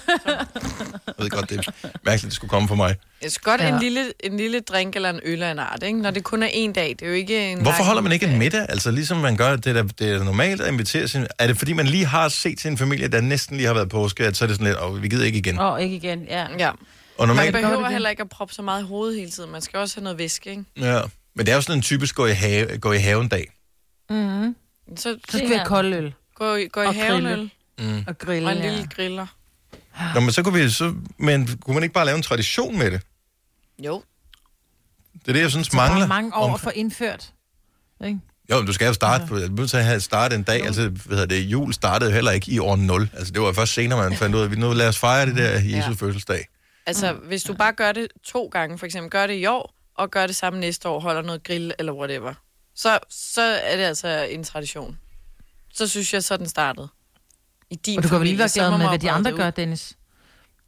A: ved godt, det er mærkeligt, det skulle komme for mig.
C: Jeg synes godt,
B: Ja.
C: en, lille, en lille drink eller en øl af en art, ikke? Når det kun er en dag. Det er jo ikke en
A: Hvorfor
C: lang-
A: holder man ikke en middag? Altså ligesom man gør, det er, da- det er normalt at invitere sin... Er det fordi, man lige har set sin familie, der næsten lige har været påske, at så er det sådan lidt, åh, vi gider ikke igen.
D: Åh, oh, ikke igen. Ja.
C: Ja.
A: Og
C: Man
A: normalt...
B: Gør det
C: behøver
B: det?
C: heller ikke at proppe så meget i hovedet hele tiden. Man skal også have noget væske, ikke?
A: Ja. Men det er jo sådan en typisk gå i, have, gå i haven dag.
C: Så
B: Mm-hmm. Så skal vi have koldøl
C: gå i, gå i
B: Og
C: haven
B: grille.
C: øl,
A: Mm.
B: og grille.
C: og en
B: ja.
C: lille griller.
A: Nå, men så kunne vi... Så, men kunne man ikke bare lave en tradition med det?
C: Jo.
A: Det er det, jeg synes
B: Der
A: mangler.
B: er mange år Altså.
A: Om-
B: at få indført. Ikke?
A: Jo, men du skal jo starte, du er nødt til at have starte en dag, altså hvad hedder det, jul startede jo heller ikke i år 0. Altså det var først senere, man fandt ud af, at vi nu lad os fejre det der Jesus ja. fødselsdag.
B: Mm.
C: Altså, hvis du bare gør det to gange, for eksempel gør det i år, og gør det samme næste år, holder noget grill eller whatever, så, så er det altså en tradition. Så synes jeg, så er den startede. I din
B: Og du kan vel lige
C: familie,
B: være
C: så må
B: glad med,
C: man
B: hvad de
C: brede
B: andre
C: det ud.
B: gør, Dennis.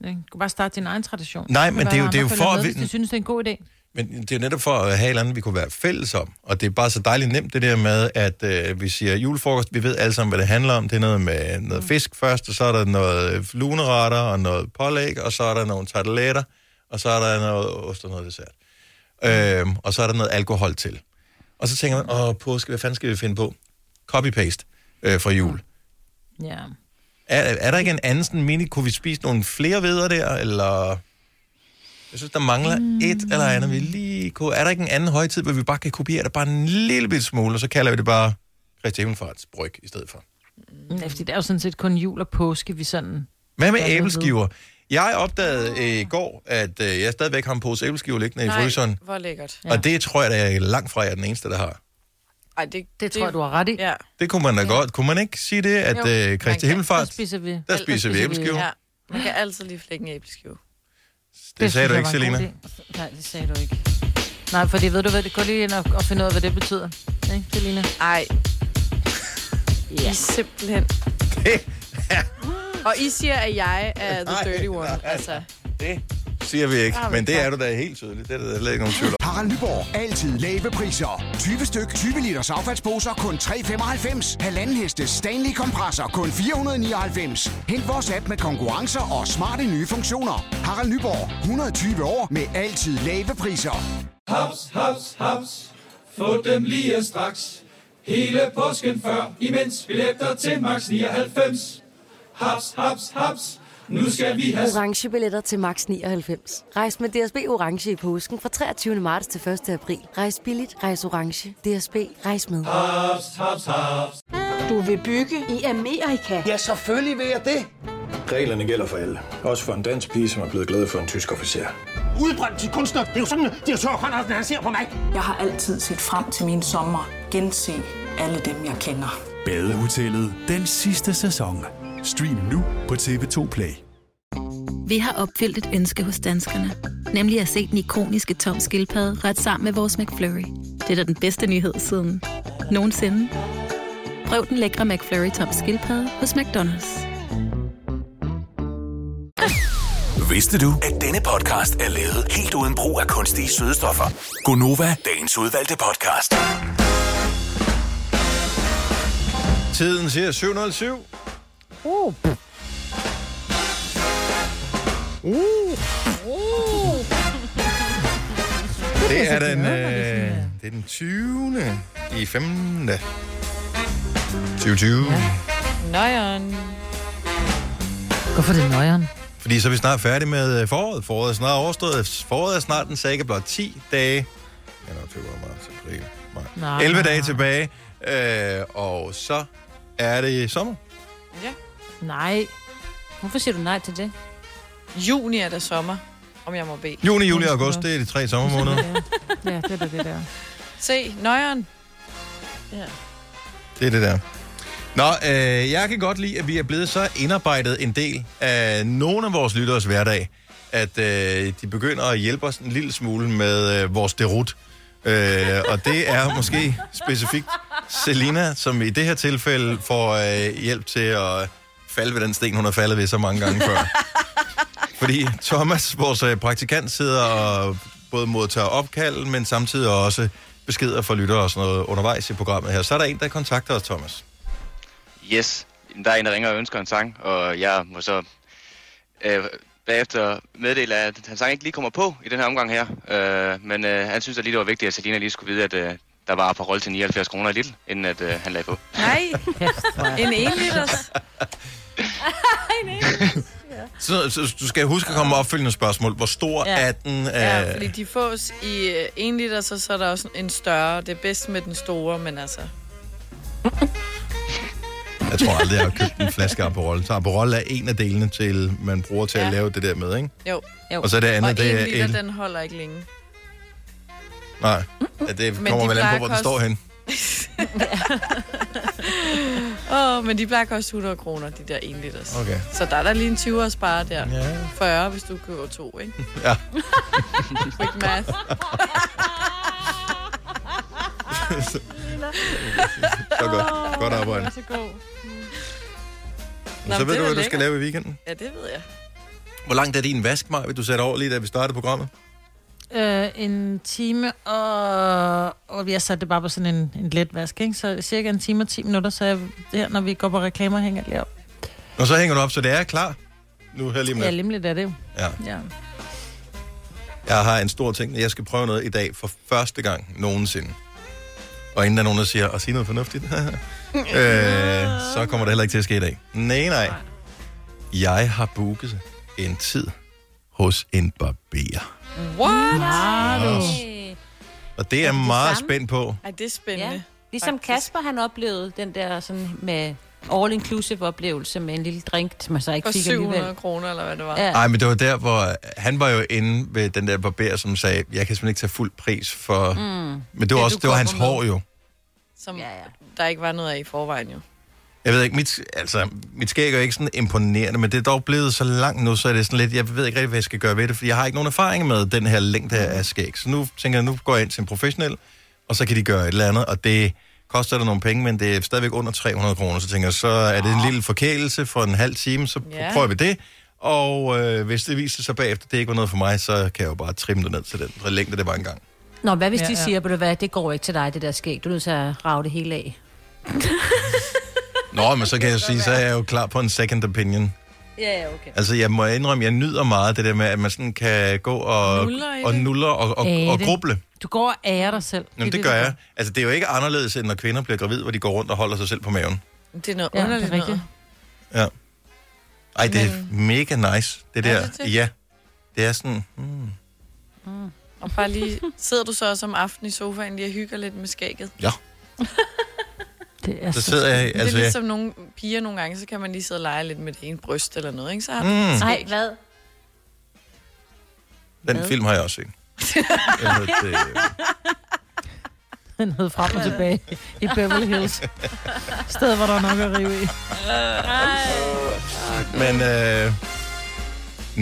B: Ikke? Du kan bare starte din egen tradition.
A: Nej,
B: Så
A: men
B: kan
A: det er jo-
B: være,
A: det er jo
B: andre
A: for
B: følger
A: at
B: med,
A: vi-
B: Hvis de synes, det er en god idé.
A: Men det er jo netop for at have et eller andet, vi kunne være fælles om. Og det er bare så dejligt nemt det der med, at øh, vi siger julefrokost, vi ved alle sammen, hvad det handler om. Det er noget med noget fisk først, og så er der noget øh, luneretter og noget pålæg, og så er der nogle tarteletter, og så er der noget ost og noget dessert. Øhm, og så er der noget alkohol til. Og så tænker man, åh, påske, hvad fanden skal vi finde på? Copy-paste øh, fra jul.
B: Ja.
A: Er, er der ikke en anden sådan mini? Kunne vi spise nogle flere veder der, eller... Jeg synes, der mangler mm. et eller andet, vi lige kunne... Er der ikke en anden højtid, hvor vi bare kan kopiere det bare en lille bit smule, og så kalder vi det bare Kristi Himmelfarts bryg i stedet for?
B: Ja, Mm. Fordi det er jo sådan set kun jul og påske, vi sådan...
A: Hvad med
B: Hvad med
A: æbleskiver? Jeg opdagede øh, i går, at øh, jeg stadigvæk har en pose æbleskiver liggende i fryseren,
C: hvor lækkert.
A: ja. og det tror jeg, at jeg langt fra jeg er den eneste, der har.
C: Ej, det,
B: Det tror jeg, du har ret i.
C: Ja,
A: Det kunne man da ja. godt. Kunne man ikke sige det, at
C: Jo,
A: øh,
C: man kan.
A: Kristi
B: Så
A: Himmelfart,
B: spiser vi.
A: der spiser vi
B: spiser vi-
A: æbleskiver?
C: ja. Man kan altid lige flække en æbleskive.
A: Det sagde
B: synes
A: du
B: jeg var en
A: ikke,
B: god
A: Selina.
B: idé. Nej, det sagde du ikke. Nej, fordi ved du hvad, det går lige ind og, og finde ud af, hvad det betyder. Ikke, Selina?
C: Ej. Ja. I simpelthen. Og I siger, at jeg er the
A: Nej,
C: dirty one.
A: nej.
C: Altså,
A: Det siger vi ikke, men det er du da helt tydeligt. Det er der slet ikke nogen tvivl om.
H: Harald Nyborg. Altid lave priser. 20 styk, 20 liters affaldsposer kun 3,95. Halvanden heste Stanley kompresser kun 499. Hent vores app med konkurrencer og smarte nye funktioner. Harald Nyborg. 120 år med altid lave priser.
I: Haps, haps, haps. Få dem lige straks. Hele påsken før, imens vi læfter til max 99. Haps, haps, haps. Nu skal vi have
J: Orange billetter til max 99. Rejs med DSB Orange i påsken fra 23. marts til 1. april. Rejs billigt, rejs orange. DSB, rejs med.
I: haps, haps, haps.
K: Du vil bygge i Amerika?
L: Ja, selvfølgelig vil jeg det.
M: Reglerne gælder for alle. Også for en dansk pige, som er blevet glad for en tysk officer.
L: Udbrøndt til kunstner. Det er jo sådan, at de har Conradsen, han ser på mig.
K: Jeg har altid set frem til min sommer. Gense alle dem, jeg kender.
F: Badehotellet den sidste sæson. Stream nu på TV2 Play.
N: Vi har opfyldt et ønske hos danskerne. Nemlig at se den ikoniske tom skildpadde ret sammen med vores McFlurry. Det er da den bedste nyhed siden nogensinde. Prøv den lækre McFlurry tom skildpadde hos McDonald's.
F: Vidste du, at denne podcast er lavet helt uden brug af kunstige sødestoffer? Gonova, dagens udvalgte podcast.
A: Tiden siger 707.
B: Uh.
A: Uh. Det er den, øh, det er den 20. i 15. 2020. Ja.
C: Nøjeren.
B: Hvorfor er det nøjeren?
A: Fordi så er vi snart færdige med øh, foråret. Foråret er snart overstået. Foråret er snart den sække blot 10 dage. Januar, februar, marts, april, maj.
B: Nej.
A: 11 dage tilbage. Øh, og så er det sommer.
D: Nej. Hvorfor siger du nej til det?
C: Juni er der sommer, om jeg må bede.
A: Juni, juli og august, det er de tre sommermåneder.
B: Ja, det er da det der.
C: Se, nøjeren. Ja.
A: Det er det der. Nå, øh, jeg kan godt lide, at vi er blevet så indarbejdet en del af nogle af vores lytteres hverdag, at øh, de begynder at hjælpe os en lille smule med øh, vores derut. Øh, og det er måske specifikt Selina, som i det her tilfælde får øh, hjælp til at falde ved den sten, hun har faldet ved så mange gange før. Fordi Thomas, vores øh, praktikant, sidder og både modtager opkald, men samtidig også beskeder fra lyttere og sådan noget undervejs i programmet her. Så er der en, der kontakter os, Thomas.
O: Yes, der er en, der ringer og ønsker en sang, og jeg må så øh, bagefter meddele, at hans sang ikke lige kommer på i den her omgang her. Øh, men øh, han synes at lige, det var vigtigt, at Selina lige skulle vide, at øh, der var på rolle til 79 kroner i Lidl, inden at, øh, han lagde på.
C: Nej,
O: er-
C: en en liters.
A: Så, så du skal huske at komme med opfølgende spørgsmål. Hvor stor
C: Ja.
A: ja. er den? Øh,
C: Ja, fordi de fås i øh, en liter, så, så er der også en større. Det er bedst med den store, men altså...
A: Jeg tror aldrig, jeg har købt en flaske Aperol. Så Aperol er en af delene til, man bruger til ja. at lave det der med, ikke?
C: Jo. jo.
A: Og så det andet,
C: og
A: det
C: en
A: er
C: liter,
A: el.
C: den holder ikke længe.
A: Nej, ja, det
C: Men
A: kommer
C: de
A: vel an
C: plejer
A: på, hvor den
C: kost-
A: står hen.
C: Åh, oh, men de plejer at koste 100 kroner, de der 1 liters.
A: Okay.
C: Så der er der lige en 20 at spare der.
A: Ja.
C: 40, hvis du køber to, ikke?
A: Ja.
C: Quick math.
A: så godt. Godt arbejde.
C: Nå,
A: så
C: men det
A: ved du,
C: er
A: hvad
C: da
A: du skal
C: lækkert.
A: lave i weekenden.
C: Ja, det ved jeg.
A: Hvor langt er din vask, Maja, vil du sætte over lige, da vi startede programmet?
B: Øh, en time og... og jeg satte det bare på sådan en, en let vask, ikke? Så cirka en time og 10 minutter, så jeg, der, når vi går på reklamer, hænger det lige op.
A: Og så hænger du op, så det er klar. Nu her lige om
B: Ja,
A: lidt.
B: limligt er det jo.
A: Ja.
B: Ja.
A: Jeg har en stor ting. Jeg skal prøve noget i dag for første gang nogensinde. Og inden der er nogen, der siger, at sige noget fornuftigt, øh, så kommer det heller ikke til at ske i dag. Nej, nej. Jeg har booket en tid hos en barber.
C: What?
D: Har du?
A: Og det er jeg meget spændt på.
C: Ej, det er spændende.
D: Ja. Ligesom Kasper, han oplevede den der sådan med all-inclusive oplevelse med en lille drink, som man så ikke
C: For
D: fik alligevel.
C: 700 kroner, eller hvad det var.
D: Ja.
A: Nej, men det var der, hvor han var jo inde ved den der barber, som sagde, jeg kan simpelthen ikke tage fuld pris for... Mm. Men det var,
C: Det,
A: også,
C: du
A: det var hans
C: kommer med.
A: hår jo.
C: Som
D: Ja, ja.
C: der ikke var noget af i forvejen, jo.
A: Jeg ved ikke, mit, altså, mit skæg er jo ikke sådan imponerende, men det er dog blevet så langt nu, så er det sådan lidt, jeg ved ikke rigtig, hvad jeg skal gøre ved det, for jeg har ikke nogen erfaring med den her længde af skæg. Så nu tænker jeg, nu går jeg ind til en professionel, og så kan de gøre et eller andet, og det koster dig nogle penge, men det er stadigvæk under 300 kroner, så tænker jeg, så er det en lille forkælelse for en halv time, så
C: Ja.
A: yeah. prøver vi det, og øh, hvis det viser sig bagefter, det ikke var noget for mig, så kan jeg jo bare trimme det ned til den længde, det var engang.
D: Nå, hvad hvis
B: Ja,
D: ja, de
B: ja.
D: siger, ja. hvad, det går ikke til dig, det der skæg. Du er nødt til at rave det hele af.
A: Nå, men så kan jeg jo sige, så er jeg jo klar på en second opinion.
D: Ja, ja, okay.
A: Altså, jeg må indrømme, jeg nyder meget det der med, at man sådan kan gå og
C: Nuller i
A: og,
C: det.
A: nuller og, og, og
B: Ate.
A: gruble.
B: Du går og ærer dig selv. er
A: Jamen, det
B: du
A: gør jeg. Altså, det er jo ikke anderledes, end når kvinder bliver gravid, hvor de går rundt og holder sig selv på maven.
C: Det er noget
B: Ja,
C: underligt
B: det er rigtigt.
C: noget.
A: Ja. Ej, det er mega nice, det der.
C: det det?
A: Ja, det er sådan... Mm.
C: Og bare lige, sidder du så også om aftenen i sofaen lige og hygger lidt med skægget?
A: Ja.
B: det
A: er Så så sidder jeg-
C: Det er
A: altså, jeg-
C: ligesom nogle piger nogle gange, så kan man lige sidde og lege lidt med det ene bryst eller noget, ikke? Så har
A: Mm.
C: mm.
A: Nej,
C: hvad?
A: Den
C: Hvad?
A: film har jeg også set. Den hed, øh,
B: Den hed frem og tilbage i Beverly Hills. Sted, hvor der er nok at rive i.
A: Men øh,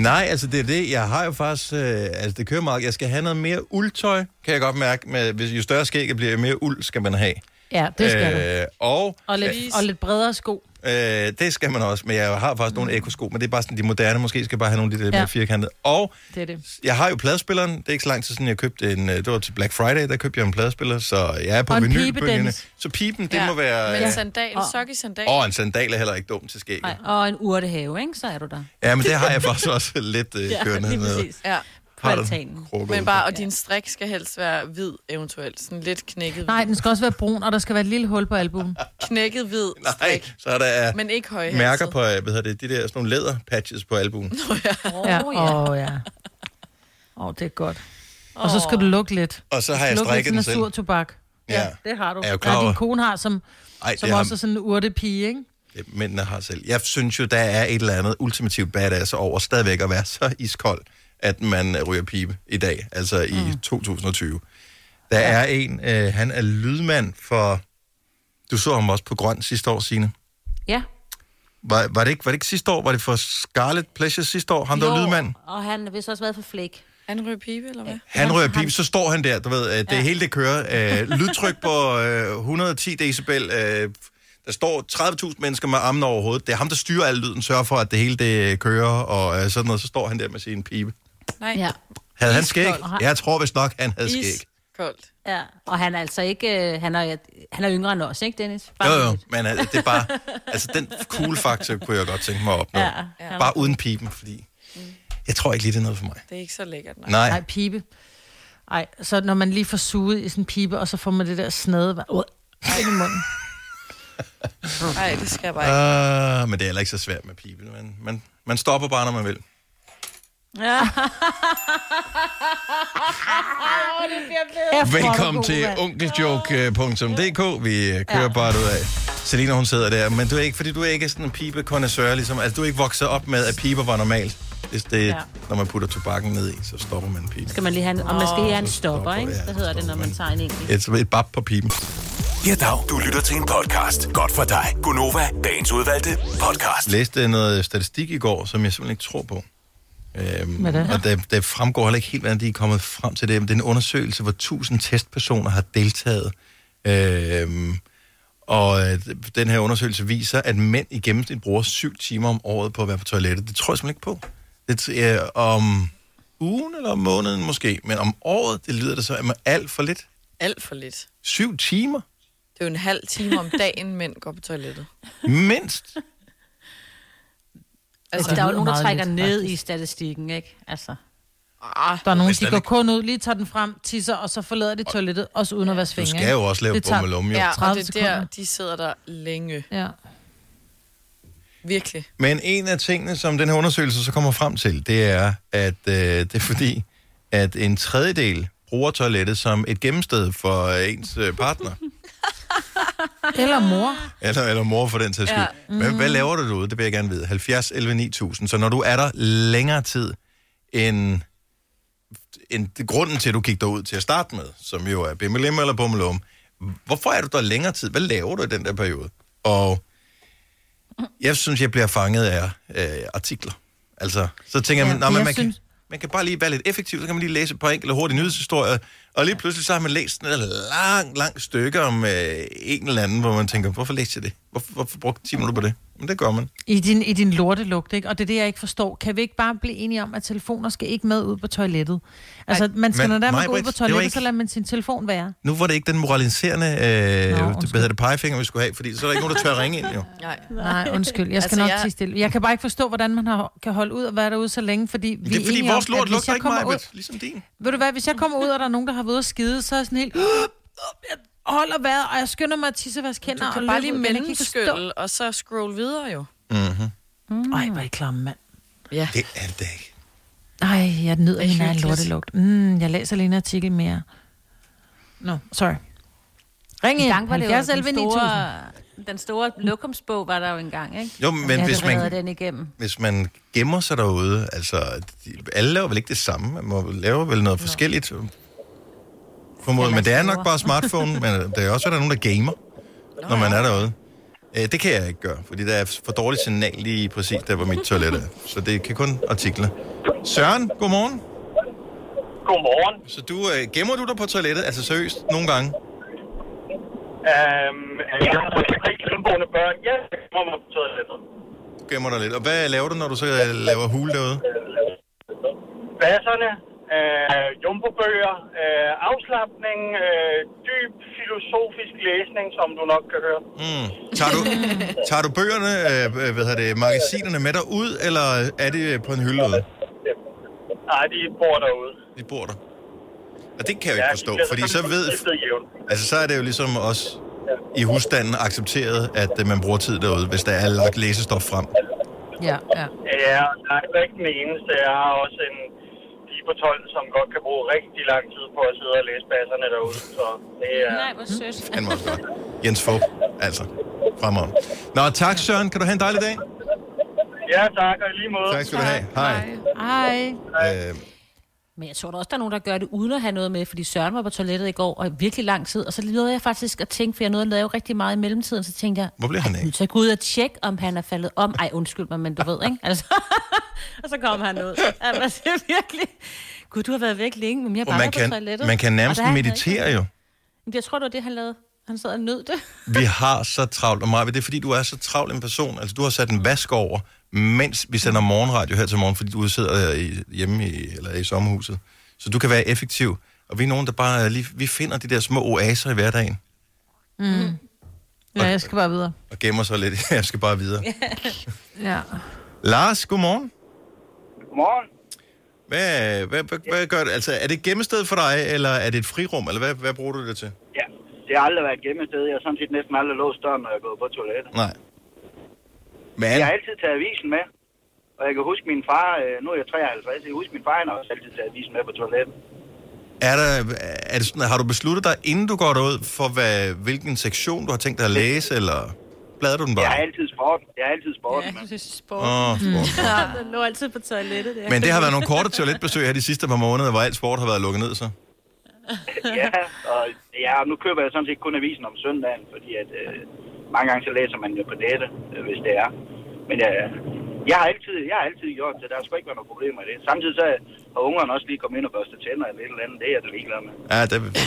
A: nej, altså det er det. Jeg har jo faktisk, øh, altså det kører meget. Jeg skal have noget mere uldtøj, kan jeg godt mærke. Med, hvis jo større skægget bliver, jo mere uld skal man have.
B: Ja, det skal øh, du.
A: øh, Og,
B: Og lidt, og lidt bredere sko.
A: Øh, det skal man også, men jeg har faktisk nogle ekosko, men det er bare sådan, de moderne måske skal bare have nogle af de der
B: Ja.
A: mere firkantede. Og
B: Det er det.
A: jeg har jo pladespilleren, det er ikke så lang tid siden, jeg købte en, øh, det var til Black Friday, der købte jeg en pladespiller, så jeg er på
B: Og en
A: vinylbølgerne.
B: pibe,
A: Så pipen, det må være...
C: Men
A: øh,
C: sandal,
D: Og-
C: sok i sandal.
A: Og en sandal er heller ikke dum til skægget.
D: Nej, og en urtehave, ikke? Så er du der.
A: Ja, men det har jeg faktisk også lidt øh,
D: Ja,
A: kørende
D: lige
A: med.
D: præcis.
C: Ja.
A: På Har du altanen. en krukke
C: Men
A: ud?
C: bare, og din strik skal helst være hvid eventuelt. Sådan lidt knækket
B: Nej, den skal også være brun, og der skal være et lille hul på albumen.
C: Knækket hvid.
A: Nej, så er der øh,
C: Men ikke højhalset.
A: mærker på, øh, hvad hedder det, de der sådan nogle læderpatches på albuen.
B: Ja, åh oh, ja. Åh, oh, det er godt. Og så skal du lukke lidt.
A: Og så har jeg
B: Luk lidt
A: strikket den selv.
B: sur tobak.
A: Ja.
B: det har du.
A: Er jeg jo klar
B: ja,
A: over?
B: din kone har, som,
A: Ej,
B: Ej, som
A: det har-
B: også er sådan en urtepige, ikke?
A: Det Mændene har selv. Jeg synes jo, der er et eller andet ultimativt badass over stadigvæk at være så iskold, at man øh, ryger pibe i dag, altså i 2020. Der er en, øh, han er lydmand for... Du så ham også på Grøn sidste år, Signe.
D: Ja.
A: Var, var, det ikke, var det ikke sidste år? Var det for Scarlet Pleasure sidste år? Ham, der var lydmand?
D: Og han har vist også været for flæk.
C: Han ryger pibe, eller hvad?
A: Han rører pip, så står han der, du ved, øh, det ja. hele det kører. Øh, lydtryk på øh, 110 decibel. Øh, der står 30.000 mennesker med armen over hovedet. Det er ham, der styrer al lyden, sørger for, at det hele det øh, kører og øh, sådan noget. Så står han der med sin pibe.
C: Nej.
D: Ja.
A: Havde han skæg?
D: Iskold.
A: Jeg tror vist nok, han havde skæg.
C: Koldt.
D: Ja, og han er altså ikke... øh, Han er, han er yngre end os, ikke, Dennis?
A: Jo, jo, men øh, det er bare... Altså, den cool faktor kunne jeg godt tænke mig at opnå.
D: Ja,
A: Ja.
D: ja. Mm.
A: Bare uden piben, fordi... Jeg tror ikke lige, det er noget for mig.
C: Det er ikke så lækkert, nej.
A: Nej.
B: Nej, pibe. Ej, så når man lige får suget i sådan en pibe, og så får man det der snede bare, ud, ind i munden.
C: Nej, det skal jeg bare ikke.
A: Uh, men det er heller ikke så svært med piben. Man, man, man stopper bare, når man vil.
D: Ja.
G: Oh,
A: Velkommen til onkeljoke.dk. Vi øh, kører bare ud af. Selina, hun sidder der, men du er ikke, fordi du er ikke sådan en pibekondensør, ligesom, altså du er ikke vokset op med, at piber var normalt. Hvis det, ja.
D: Ja.
A: når man putter tobakken ned i, så stopper man piben.
D: Skal man lige have en, og man skal lige have en stopper, ikke?
A: ja,
D: Hvad hedder det, når man tager en enkelt?
A: Et, et bab på piben.
F: Ja, dag. Du lytter til en podcast. Godt for dig. Gunova, dagens udvalgte podcast.
A: Læste noget statistik i går, som jeg simpelthen ikke tror på. Øhm,
B: Hvad er det?
A: og det, det fremgår heller ikke helt, hvordan de er kommet frem til det. Men det er en undersøgelse, hvor 1000 testpersoner har deltaget. Øhm, og øh, den her undersøgelse viser, at mænd i gennemsnit bruger 7 timer om året på at være på toilettet. Det tror jeg simpelthen ikke på. Det er øh, om ugen eller om måneden måske, men om året, det lyder det så at man alt for lidt.
C: Alt for lidt.
A: 7 timer?
C: Det er jo en halv time om dagen, mænd går på toilettet.
A: Mindst.
D: Altså,
B: det
D: der er jo
B: lyder
D: nogen, der
B: meget
D: trækker
B: lidt,
D: ned i statistikken, ikke? Altså.
C: Ah,
B: Der er nogen,
A: Hvis
B: de
A: den
B: går
A: ikke-
B: kun ud, lige tager den frem, tisser, og så forlader de toilettet, også uden at vaske
A: Du
B: fingre.
A: skal jo også lave bummelum, jo.
C: Ja, og
B: 30
C: det er der,
B: sekunder.
C: de sidder der længe.
B: Ja.
C: Virkelig.
A: Men en af tingene, som den her undersøgelse så kommer frem til, det er, at øh, det er fordi, at en tredjedel bruger toilettet som et gemmested for øh, ens øh, partner.
B: Eller mor.
A: Eller, eller mor for den sags skyld.
B: Ja.
A: Ja. Hvad, hvad laver du derude? Det vil jeg gerne vide. 70 11 9000. Så når du er der længere tid end, end det- grunden til, at du gik derud til at starte med, som jo er bimmelim eller bummelum, hvorfor er du der længere tid? Hvad laver du i den der periode? Og jeg synes, jeg bliver fanget af øh, artikler. Altså, så tænker jeg,
B: Ja,
A: ja, man,
B: jeg
A: man, synes...
B: synes-
A: kan, man kan bare lige være lidt effektiv, så kan man lige læse et par enkelte hurtige nyhedshistorier, og lige pludselig så har man læst sådan et langt, langt stykke om øh, en eller anden, hvor man tænker, hvorfor læste jeg det? Hvorfor, hvorfor brugte 10 minutter på det? Men det gør man.
B: I din, I din lortelugt, ikke? Og det er det, jeg ikke forstår. Kan vi ikke bare blive enige om, at telefoner skal ikke med ud på toilettet? Altså, man skal,
A: men
B: når der er, man går ud
A: Maj-Brit,
B: på
A: det var
B: toilettet,
A: ikke-
B: så lader man sin telefon være.
A: Nu var det ikke den moraliserende øh, Nå,
B: undskyld.
A: hvad hedder det, pegefinger, vi skulle have, fordi så er der ikke nogen, der tør ringe ind, jo.
C: Nej.
B: Nej, undskyld. Jeg skal
C: Altså,
B: altså, nok
C: jeg-
B: jeg... stille. Jeg kan bare ikke forstå, hvordan man har, kan holde ud og være derude så længe, fordi vi
A: Det er fordi,
B: enige om,
A: vores
B: at
A: lort
B: hvis
A: lugter
B: jeg
A: ikke
B: kommer
A: mig,
B: ud-
A: ligesom din.
B: Ved du hvad, hvis jeg kommer ud, og der er nogen, der har været ude og skide, så er jeg sådan helt... Jeg holder vejret, og jeg skynder mig at tisse, vaske hænder.
C: Du
B: og
C: kan bare
B: løbe
C: lige
B: ud igen. Jeg kan ikke forstå-
C: mellemskylle, og så scroll videre jo.
A: Mm-hmm.
B: Mm. Ej, hvor er I klamme, mand.
C: Ja.
A: Det er det da ikke.
B: Ej,
C: Det
B: jeg nyder
C: er
B: min egen
C: hyggeligt.
B: lortelugt. Mm, jeg læser lige en artikel mere. Nå, no, sorry. Ring
D: En
B: ind.
D: gang var det jo
B: 70
D: den
B: 11
D: store, den store lokumsbog var der jo engang, ikke?
A: Jo, men
D: ja,
A: hvis
D: det
A: man-
D: redder den igennem.
A: Hvis man gemmer sig derude, altså, de- alle laver vel ikke det samme? Man må lave vel noget forskelligt, formodet. Men det er nok bare smartphone, men der er også er der nogen, der gamer, når man er derude. Øh, Det kan jeg ikke gøre, fordi der er for dårligt signal lige præcis der, hvor mit toilet er. Så det kan kun artikler. Søren, godmorgen.
E: Godmorgen.
A: Så du, øh, gemmer du dig på toilettet? Altså seriøst, nogle gange?
E: Øhm, jeg har tre hjemmeboende børn. Jeg kommer mig på toilettet.
A: Du gemmer dig lidt. Og hvad laver du, når du så øh, laver hul derude?
E: Basserne, øh, jumbobøger, øh, afslappning, øh, dyb filosofisk læsning, som du nok kan høre.
A: Mm. Tager, du, tager du bøgerne, øh, øh, hvad hedder det, magasinerne med dig ud, eller er det øh, på en hylde ude?
E: Nej, de bor derude.
A: De bor der. Og det kan jeg jo ikke forstå, fordi så ved... Altså, så er det jo ligesom os i husstanden accepteret, at øh, man bruger tid derude, hvis der er lagt læsestof frem.
B: Ja, ja.
E: Ja, jeg er ikke den eneste. Jeg har også en pige på 12, som godt kan bruge rigtig lang tid på at sidde og læse basserne derude. Så det er...
D: Nej, hvor sødt.
A: Han var godt. Jens Fogh, altså. Fremover. Nå, tak Søren. Kan du have en dejlig dag?
E: Ja, tak, og i lige måde.
A: Tak skal du have. Hej.
D: Ej.
A: Øh,
D: Men jeg tror da også, der er nogen, der gør det uden at have noget med, fordi Søren var på toilettet i går, og i virkelig lang tid, og så nåede jeg faktisk at tænke, for jeg nåede at lave rigtig meget i mellemtiden, så tænkte jeg,
A: Hvor blev han af?
D: så jeg gå ud og tjekke, om han er faldet om. Ej, undskyld mig, men du ved, ikke? Altså, og så kom han ud. Altså, det er virkelig... Gud, du har været væk længe, men jeg
A: og
D: bare
A: man
D: på
A: kan,
D: toilettet.
A: man kan
D: Og
A: nærmest
D: der er han
A: meditere jo.
D: ikke. Men Jeg tror, det var det, han lavede. Han sad og nød det.
A: Vi har så travlt, og Maja, det er fordi, du er så travl en person. Altså, du har sat en vask over, mens vi sender morgenradio her til morgen, fordi du sidder øh, i- hjemme i, eller i sommerhuset. Så du kan være effektiv. Og vi er nogen, der bare øh, lige, vi finder de der små oaser i hverdagen,
B: Mm. Ja, jeg skal bare videre.
A: og gemmer sig lidt. Jeg skal bare videre.
B: Ja.
A: Lars, godmorgen.
P: Godmorgen.
A: Hvad, hvad, hvad, hvad gør det? Altså, er det et gemmested for dig, eller er det et frirum, eller hvad, hvad bruger du det til?
P: Ja, det har aldrig været et gemmested. Jeg har sådan set næsten aldrig låst døren, når jeg er gået på toilettet.
A: Nej. Men...
P: Jeg har altid taget avisen med. Og jeg kan huske min far, øh, nu er jeg 53, jeg kan huske min far, han har også altid taget avisen med på toilettet.
A: Er der, er det sådan, har du besluttet dig, inden du går derud, for hvad, hvilken sektion du har tænkt dig at læse, eller bladrer du den bare?
P: Jeg har altid sport. Jeg har altid sport. Ja,
D: det er sport.
A: Åh, sport.
D: Ja. Den lå altid på toilettet. Der.
A: Men det har været nogle korte toiletbesøg her de sidste par måneder, hvor alt sport har været lukket ned, så.
P: ja, og ja, og nu køber jeg sådan set kun avisen om søndagen, fordi at øh, mange gange så læser man jo på nettet, øh, hvis det er. Men jeg, jeg, har altid, jeg har altid gjort det. Der har sgu ikke været nogen problemer i det. Samtidig så har ungerne også lige kommet ind og børstet tænder eller et eller andet. Det er jeg da ligeglad med.
A: Ja, det, det,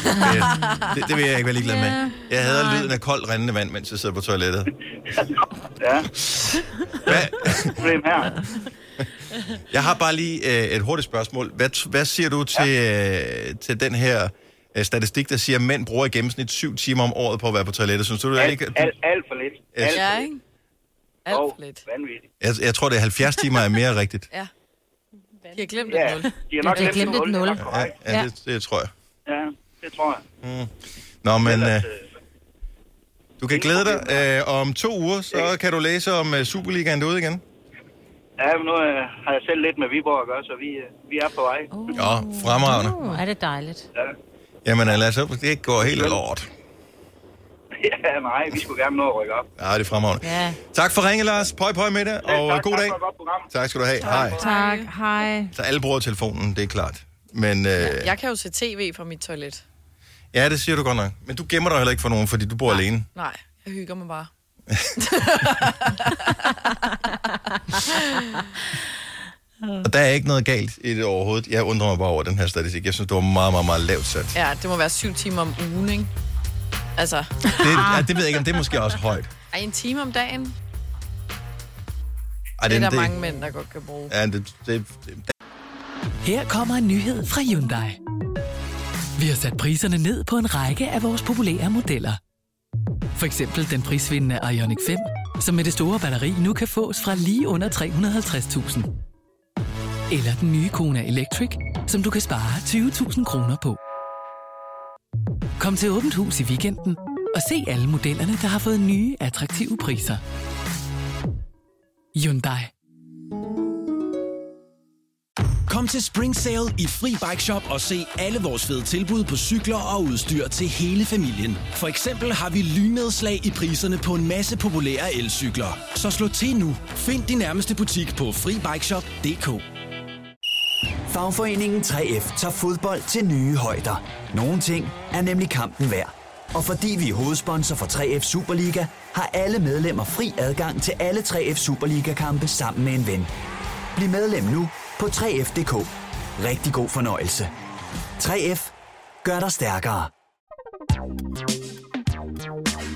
A: det, det vil jeg ikke være ligeglad med. Jeg havde lyden af koldt rendende vand, mens jeg sad på toilettet.
P: Ja.
A: Hvad?
P: Problem her.
A: Jeg har bare lige øh, et hurtigt spørgsmål. Hvad, t- hvad siger du til, øh, til den her øh, statistik, der siger, at mænd bruger i gennemsnit syv timer om året på at være på toilettet? Synes du, det er
P: Alt,
A: ikke... at
P: alt,
A: Du,
P: alt for lidt.
A: Ja.
P: Alt
C: Ja,
P: for lidt.
C: ikke? Alt for
P: Åh, Vanvittigt.
A: jeg, jeg tror, det er 70 timer er mere rigtigt.
C: Ja. De har glemt
P: Ja,
C: et nul.
P: de har nok
D: glemt et nul.
P: nul.
A: Ja, ja, det, det tror jeg.
P: Ja, det tror jeg.
A: Mm. Nå, men øh, du kan glæde dig. Øh, om to uger, så kan du læse om øh, Superligaen derude igen.
P: Ja, men nu øh, har jeg selv lidt med Viborg at gøre, så vi, øh, vi er på vej.
A: Ja, fremragende.
C: Hmm.
D: Uh, er det dejligt.
P: Ja.
A: Jamen, øh, lad os håbe, at det ikke går helt lort.
P: ja, nej, vi skulle gerne nå at rykke op.
A: Ja, det er fremragende.
D: Ja.
A: Tak for ringe, Lars. Pøj, pøj med det, og øh, god dag. Tak skal du have. Hej.
B: Tak, hej.
A: Så alle bruger telefonen, det er klart. Men øh,
C: Jeg kan jo se tv fra mit toilet.
A: ja, det siger du godt nok. Men du gemmer dig heller ikke for nogen, fordi du bor alene.
C: Nej, jeg hygger mig bare.
A: Og der er ikke noget galt i det overhovedet. Jeg undrer mig bare over den her statistik. Jeg synes, det var meget, meget, meget lavt sat.
C: Ja, det må være syv timer om ugen, ikke? Altså,
A: Det, ja, det ved jeg ikke, om det er måske også højt.
C: ej, en time om dagen.
A: Ej,
C: det er der
A: det,
C: mange mænd, der godt kan bruge.
A: Ja, det, det, det,
G: Her kommer en nyhed fra Hyundai. Vi har sat priserne ned på en række af vores populære modeller. For eksempel den prisvindende Ioniq 5, som med det store batteri nu kan fås fra lige under 350.000. Eller den nye Kona Electric, som du kan spare 20.000 kroner på. Kom til Åbent Hus i weekenden og se alle modellerne, der har fået nye, attraktive priser. Hyundai.
Q: Kom til Spring Sale i Fri Bike Shop og se alle vores fede tilbud på cykler og udstyr til hele familien. For eksempel har vi lynedslag i priserne på en masse populære elcykler. Så slå til nu. Find din nærmeste butik på FriBikeShop.dk
R: Fagforeningen 3F tager fodbold til nye højder. Nogle ting er nemlig kampen værd. Og fordi vi er hovedsponsor for 3F Superliga, har alle medlemmer fri adgang til alle 3F Superliga-kampe sammen med en ven. Bliv medlem nu på 3F.dk. Rigtig god fornøjelse. 3F gør dig stærkere.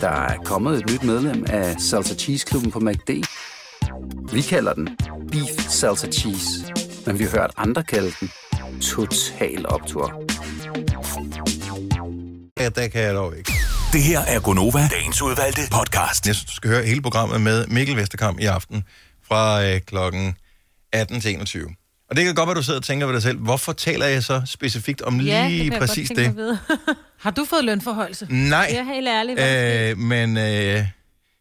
S: Der er kommet et nyt medlem af Salsa Cheese Klubben på MACD. Vi kalder den Beef Salsa Cheese, men vi har hørt andre kalde den Total Optor.
A: Ja, der kan jeg dog ikke.
F: Det her er Gonova, dagens udvalgte podcast.
A: Jeg synes, du skal høre hele programmet med Mikkel Vesterkamp i aften fra øh, klokken 18 til 21. Og det kan godt være, du sidder og tænker ved dig selv, hvorfor taler jeg så specifikt om
B: Ja, det
A: lige
B: kan jeg
A: præcis
B: godt tænke
A: det?
B: mig at vide. Har du fået lønforhøjelse?
A: Nej.
B: Jeg er helt ærlig.
A: Øh, men øh,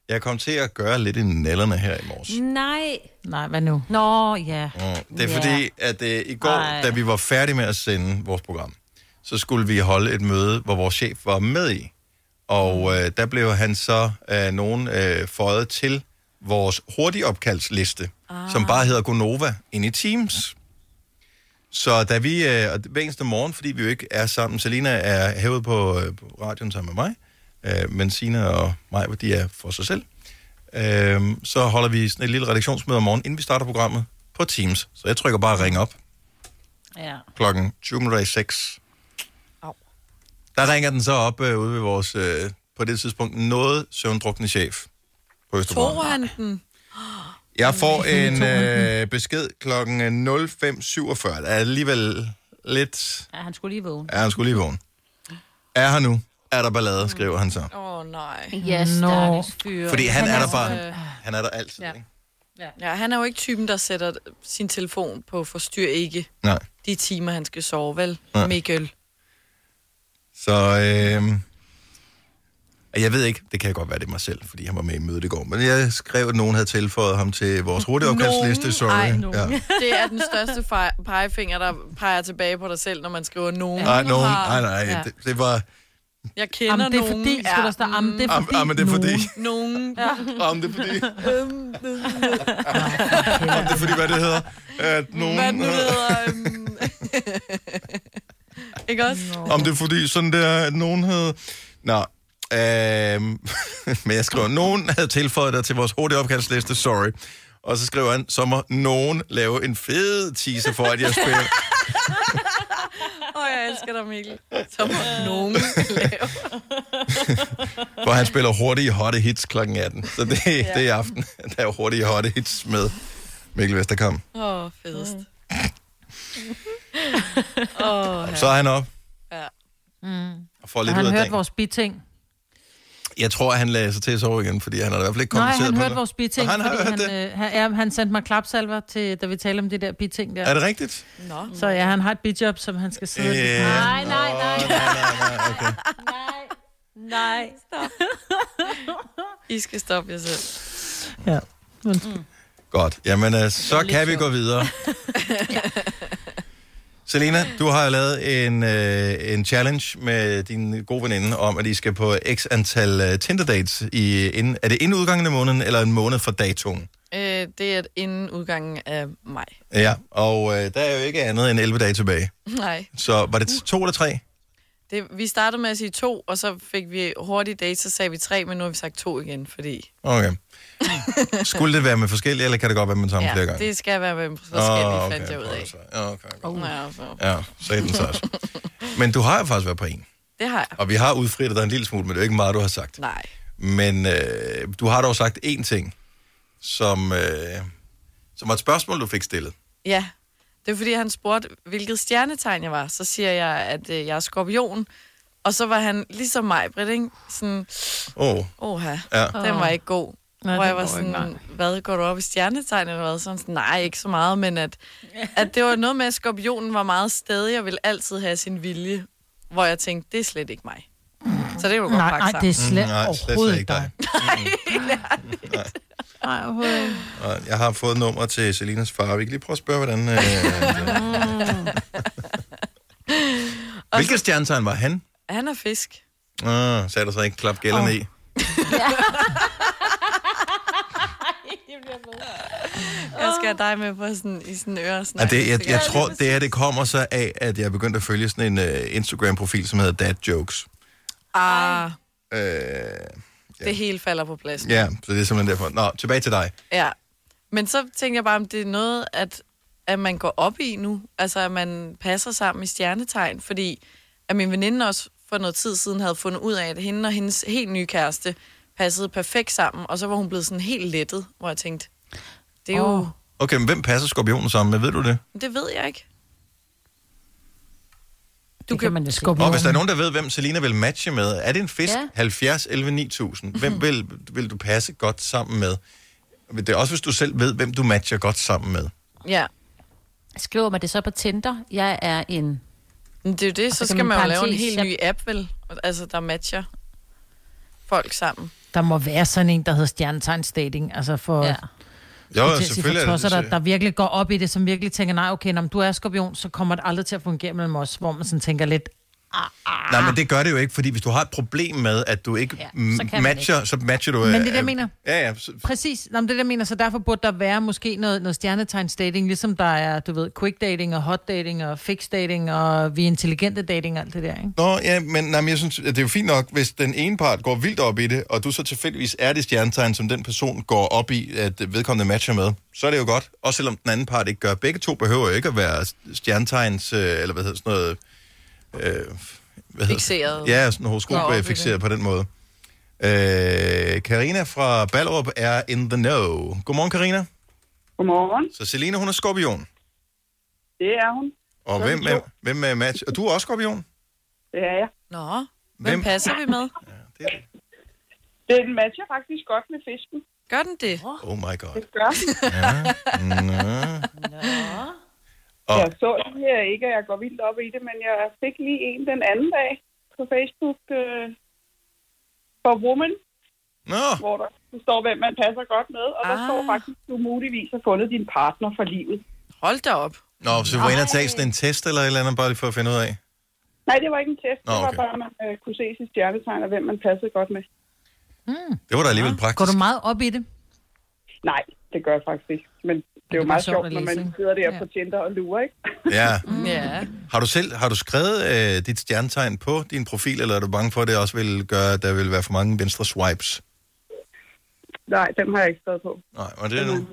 A: jeg kom til at gøre lidt i nallerne her i morges.
D: Nej.
C: Nej, hvad nu?
D: Nå, ja.
A: Mm. Det er
D: Ja.
A: fordi, at øh, i går,
D: Ej.
A: Ej. da vi var færdige med at sende vores program, så skulle vi holde et møde, hvor vores chef var med i. Og
D: Mm.
A: øh, der blev han så af nogen øh, føjet til vores hurtigopkaldsliste, ah. som bare hedder Gonova, ind i Teams. Så da vi, øh, og hver eneste morgen, fordi vi jo ikke er sammen, Selina er herude på, øh, på radioen sammen med mig, øh, men Sina og mig, hvor de er for sig selv, øh, så holder vi sådan et lille redaktionsmøde om morgenen, inden vi starter programmet på Teams. Så jeg trykker bare ring op
D: Ja.
A: klokken 20 minutter i 6. Der ringer den så op øh, ude ved vores, øh, på det tidspunkt, noget søvndrukkende chef på Østerbro.
C: Tror han den?
A: Jeg får en øh, besked klokken øh, 05.47. Der er alligevel lidt...
D: ja, han skulle lige vågne.
A: Ja, han skulle lige vågne. Er her nu? Er der ballade, skriver han så.
C: Åh, oh, nej.
D: Ja, stakkels
C: fyr.
A: Fordi han,
B: altså,
A: er der bare... Han er der altid.
C: Ja. Ja. ja, han er jo ikke typen, der sætter sin telefon på forstyr ikke.
A: Nej.
C: De timer, han skal sove, vel?
A: Nej.
C: Mikkel.
A: Så øh, og jeg ved ikke, det kan godt være det er mig selv, fordi han var med i mødet i går, men jeg skrev, at nogen havde tilføjet ham til vores hurtigopkaldsliste, sorry.
C: Ej,
A: ja.
C: nogen. Det er den største fej- pegefinger, der peger tilbage på dig selv, når man skriver nogen.
A: Nej, nogen, nej,
C: har-
A: nej,
C: Ja.
A: det, det var...
C: Jeg kender nogen.
B: Jamen, det er fordi, skulle der stå, jamen, det er
A: Jamen,
B: fordi,
A: jamen, det er fordi.
C: Nogen.
B: Ja.
A: Jamen, det er fordi. Om det er fordi, hvad det hedder? At nogen, øh.
C: Hvad nu hedder... øhm, ikke også?
A: Om det er fordi, sådan der, at nogen havde... Nå, øh, men jeg skriver, nogen havde tilføjet dig til vores hurtigopkaldsliste, sorry. Og så skriver han, så må nogen lave en fed teaser for, at jeg spiller.
C: Åh, oh, jeg elsker dig, Mikkel. Så må nogen lave.
A: Hvor han spiller hurtige hotte hits kl. 18. Så det, ja. det er i aften, der er hurtige hotte hits med Mikkel Vesterkamp.
C: Åh, oh, fedest.
B: Mm.
C: Åh,
A: Så er han op
C: ja.
B: Mm.
A: og får
B: Og
A: lidt
B: han
A: ud af
B: hørte
A: dagen.
B: vores biting.
A: Jeg tror, han lagde sig til at sove igen, fordi han har i hvert fald ikke
B: Nej,
A: kommenteret
B: han
A: på
B: hørte
A: det.
B: vores biting,
A: Og han har
B: fordi
A: hørt
B: han,
A: det.
B: øh, han, ja, han sendte mig klapsalver til, da vi talte om det der biting der.
A: Er det rigtigt?
C: Nå.
B: Så ja, han har et bidjob, som han skal sidde...
A: Øh,
B: nej, nej, nej.
D: Nej.
C: Stop. I skal stoppe jer selv.
B: Ja.
A: Godt. Jamen, øh, så kan vi gå videre. Selena, du har lavet en, øh, en challenge med din gode veninde om, at I skal på x antal øh, Tinder-dates. I, inden, er det inden udgangen af måneden, eller en måned fra datoen?
C: Øh, det er inden udgangen af maj.
A: Ja, og øh, der er jo ikke andet end 11 dage tilbage.
C: Nej.
A: Så var det to eller tre?
C: Det, vi startede med at sige to, og så fik vi hurtigt date, så sagde vi tre, men nu har vi sagt to igen, fordi...
A: Okay. Skulle det være med forskellige, eller kan det godt være med samme ja, flere gange?
C: det skal være med forskellige,
A: Åh,
C: oh,
A: okay,
C: okay, fandt jeg ud af.
A: Oh, okay,
C: okay. Ja, så.
A: Ja, så er den så også. Men du har jo faktisk været på en,
C: Det har jeg.
A: og vi har udfrittet dig en lille smule, men det er jo ikke meget, du har sagt.
C: Nej.
A: Men øh, du har dog sagt én ting, som, øh, som var et spørgsmål, du fik stillet.
C: Ja, det er fordi, han spurgte, hvilket stjernetegn jeg var. Så siger jeg, at øh, jeg er skorpion. Og så var han ligesom mig, Britt, ikke? Sådan,
A: Åh, oh,
C: Oha,
A: Ja.
C: ja. den var ikke god.
B: Nej,
C: Nej, hvor jeg
B: den
C: var
B: går ikke,
C: sådan, hvad, går du op i stjernetegn eller hvad? Sådan, sådan, nej, ikke så meget, men at, at det var noget med, at skorpionen var meget stedig og ville altid have sin vilje. Hvor jeg tænkte, det er slet ikke mig. Så det er jo godt
B: Nej,
C: pakke
B: nej, det er
C: sammen.
B: slet Mm, nej, slet overhovedet ikke dig.
C: Nej, helt ærligt. Nej, overhovedet ikke.
A: Og jeg har fået nummer til Selinas far. Vi kan lige prøve at spørge, hvordan... Øh,
B: Mm.
A: Hvilket stjernetegn var han?
C: Han er fisk.
A: Ah, sagde der så ikke klap gælderne oh. i.
C: Jeg skal have dig med på sådan, i sådan en øresnak.
A: Ja, det, jeg, jeg tror, det her det kommer så af, at jeg begyndte at følge sådan en uh, Instagram-profil, som hedder Dad Jokes.
C: Ah,
A: Øh,
C: det hele falder på plads. nu.
A: ja, så det er simpelthen derfor. Nå, tilbage til dig.
C: ja. Men så tænker jeg bare, om det er noget, at, at man går op i nu. Altså, at man passer sammen i stjernetegn. Fordi at min veninde også for noget tid siden havde fundet ud af, at hende og hendes helt nye kæreste passede perfekt sammen. Og så var hun blevet sådan helt lettet, hvor jeg tænkte, det er jo...
A: Okay, men hvem passer skorpionen sammen med? Ved du det?
C: Det ved jeg ikke.
D: Du kan, kan man jo se.
A: Og hvis der er nogen, der ved, hvem Selina vil matche med, er det en fisk? Ja.
D: Ja.
A: 70, 11, 9000. Hvem vil, vil du passe godt sammen med? Det er også, hvis du selv ved, hvem du matcher godt sammen med.
C: Ja.
D: Skriver man det så på Tinder? Jeg er en...
C: Det er jo
D: Altså,
C: det, så, skal man jo lave en helt ny app, vel? Altså, der matcher folk sammen.
B: Der må være sådan en, der hedder stjernetegns dating, altså for... Ja.
C: Jo,
B: Jo,
C: selvfølgelig
B: selvfølgelig
C: er
B: for
C: det-
B: tosser, der, der virkelig går op i det, som virkelig tænker, nej, okay, når du er skorpion, så kommer det aldrig til at fungere mellem os, hvor man sådan tænker lidt,
A: Ah. Nej, men det gør det jo ikke, fordi hvis du har et problem med, at du ikke ja,
B: så kan man
A: matcher,
B: ikke.
A: så matcher du...
B: Men det er
A: øh,
B: det, jeg
A: øh,
B: mener.
A: Ja, ja. Så,
B: Præcis, Nå, men det er det, jeg mener, så derfor burde der være måske noget, noget stjernetegns dating, ligesom der er, du ved, quick dating og hot dating og fix dating og vi er intelligente dating og alt det der, ikke?
A: Nå, ja, men, nej, men jeg synes, at det er jo fint nok, hvis den ene part går vildt op i det, og du så tilfældigvis er det stjernetegn, som den person går op i, at vedkommende matcher med, så er det jo godt. Også selvom den anden part ikke gør. Begge to behøver jo ikke at være stjernetegns, øh, eller hvad hedder sådan noget... Øh, hvad
C: Fikseret.
A: Hedder, ja, sådan
C: Går op i
A: horoskop øh,
C: det.
A: fixeret på den måde. Øh, Karina fra Ballerup er in the know. Godmorgen, Karina.
T: Godmorgen.
A: Så Selina, hun er skorpion.
T: Det er hun.
A: Og hvem er, hvem er match? Og du er også skorpion?
T: Det er jeg.
C: Nå, hvem, hvem passer vi med?
T: Den matcher faktisk godt med fisken.
C: Gør den det?
A: Oh my god.
T: Det gør den.
A: Nå.
T: Og... Jeg så det her ikke, at jeg går vildt op i det, men jeg fik lige en den anden dag på Facebook øh, for Woman.
A: Nå.
T: Hvor der står, hvem man passer godt med, og ah. der står faktisk, du muligvis har fundet din partner for livet.
C: Hold da op.
A: Nå, så du var inde og tage sådan en test eller et eller andet, bare lige for at finde ud af.
T: Nej, det var ikke en test.
A: Nå,
T: Nå, okay. Det var
A: okay.
T: bare, at man øh, kunne se sit stjernetegn, og hvem man passede godt med.
A: Det var da alligevel
B: Går
A: praktisk.
B: du meget op i det?
T: Nej, det gør jeg faktisk ikke. Men det er
B: det
T: jo
B: er
T: meget
B: sjovt
T: sjovt,
B: at
T: når
B: læse,
T: man
B: ikke? Mm.
T: sidder der ja. på Tinder og lurer, ikke?
A: Ja.
C: Ja.
A: Har du selv har du skrevet øh, dit stjernetegn på din profil, eller er du bange for, at det også vil gøre, at der vil være for mange venstre swipes?
T: Nej, dem har jeg ikke skrevet på.
A: Nej, og det er nu.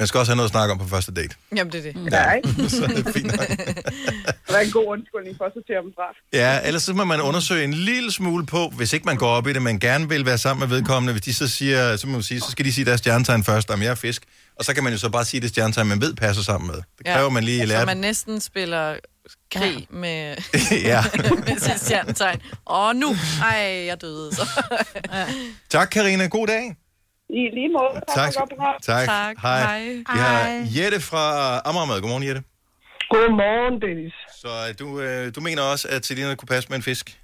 A: Man skal også have noget at snakke om på første date.
C: Jamen, det er det.
T: Ja, ikke?
A: så er det fint. nok.
T: Det var en god undskyldning for at sortere dem fra.
A: Ja, ellers så må man undersøge en lille smule på, hvis ikke man går op i det, man gerne vil være sammen med vedkommende. Hvis de så siger, så, må man sige, så skal de sige deres stjernetegn først, om jeg er fisk. Og så kan man jo så bare sige det stjernetegn, man ved passer sammen med. Det kræver ja. man lige
C: Så
A: at lære.
C: Altså, man næsten spiller krig ja. med,
A: ja.
C: med sit stjernetegn. Åh, nu! Ej, jeg døde så.
A: Tak, Karina. God dag.
T: I lige måde.
A: Tak.
T: for et godt program.
A: Tak. Hej. Vi har
T: Hej.
A: Jette fra Amager med. Godmorgen, Jette.
U: Godmorgen, Dennis.
A: Så øh, du, øh, du mener også, at Selina kunne passe med en fisk?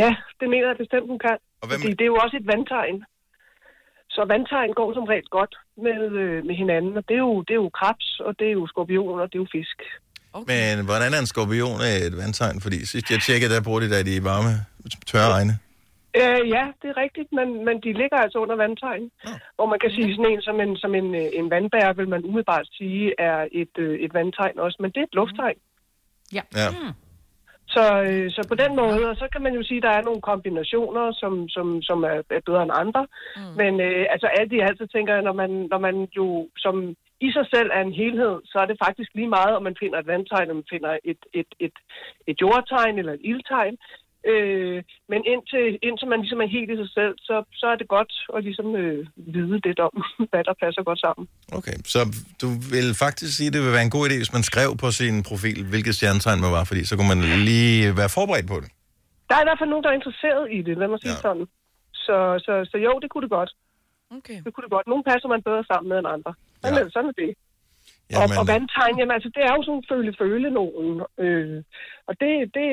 U: Ja, det mener jeg bestemt, hun kan.
A: Og hvem-
U: Fordi det er jo også et vandtegn. Så vandtegn går som regel godt med, øh, med hinanden, og det er, jo, det er jo krebs, og det er jo skorpion, og det er jo fisk.
A: Okay. Men hvordan er en skorpion af et vandtegn? Fordi sidst jeg tjekkede, der brugte de da de varme, tørre egne.
U: Øh, ja, det er rigtigt, men, men de ligger altså under vandtegn. Ja. Og man kan sige sådan en som en, som en, øh, en vandbær, vil man umiddelbart sige, er et, øh, et vandtegn også, men det er et lufttegn.
A: Ja.
U: Så, øh, så på den måde, og så kan man jo sige, at der er nogle kombinationer, som, som, som er, er bedre end andre. Mm. Men øh, altså alt i alt, så tænker jeg, når man, når man jo som i sig selv er en helhed, så er det faktisk lige meget, om man finder et vandtegn, om man finder et, et, et, et jordtegn eller et ildtegn. Øh, men indtil, indtil man ligesom er helt i sig selv, så, så er det godt at ligesom øh, vide lidt om, hvad der passer godt sammen.
A: Okay, så du vil faktisk sige, at det vil være en god idé, hvis man skrev på sin profil, hvilket stjernetegn man var, fordi så kunne man lige være forberedt på det.
U: Der er i hvert fald nogen, der er interesseret i det, lad mig sige ja. sådan. Så, så, så jo, det kunne det godt.
C: Okay.
U: Det kunne det godt. Nogle passer man bedre sammen med end andre. Sådan, ja. er, sådan er det.
T: Og,
A: Jamen.
T: og vandtegn, jamen altså, det er jo sådan føle-føle nogen. Øh, og det, det,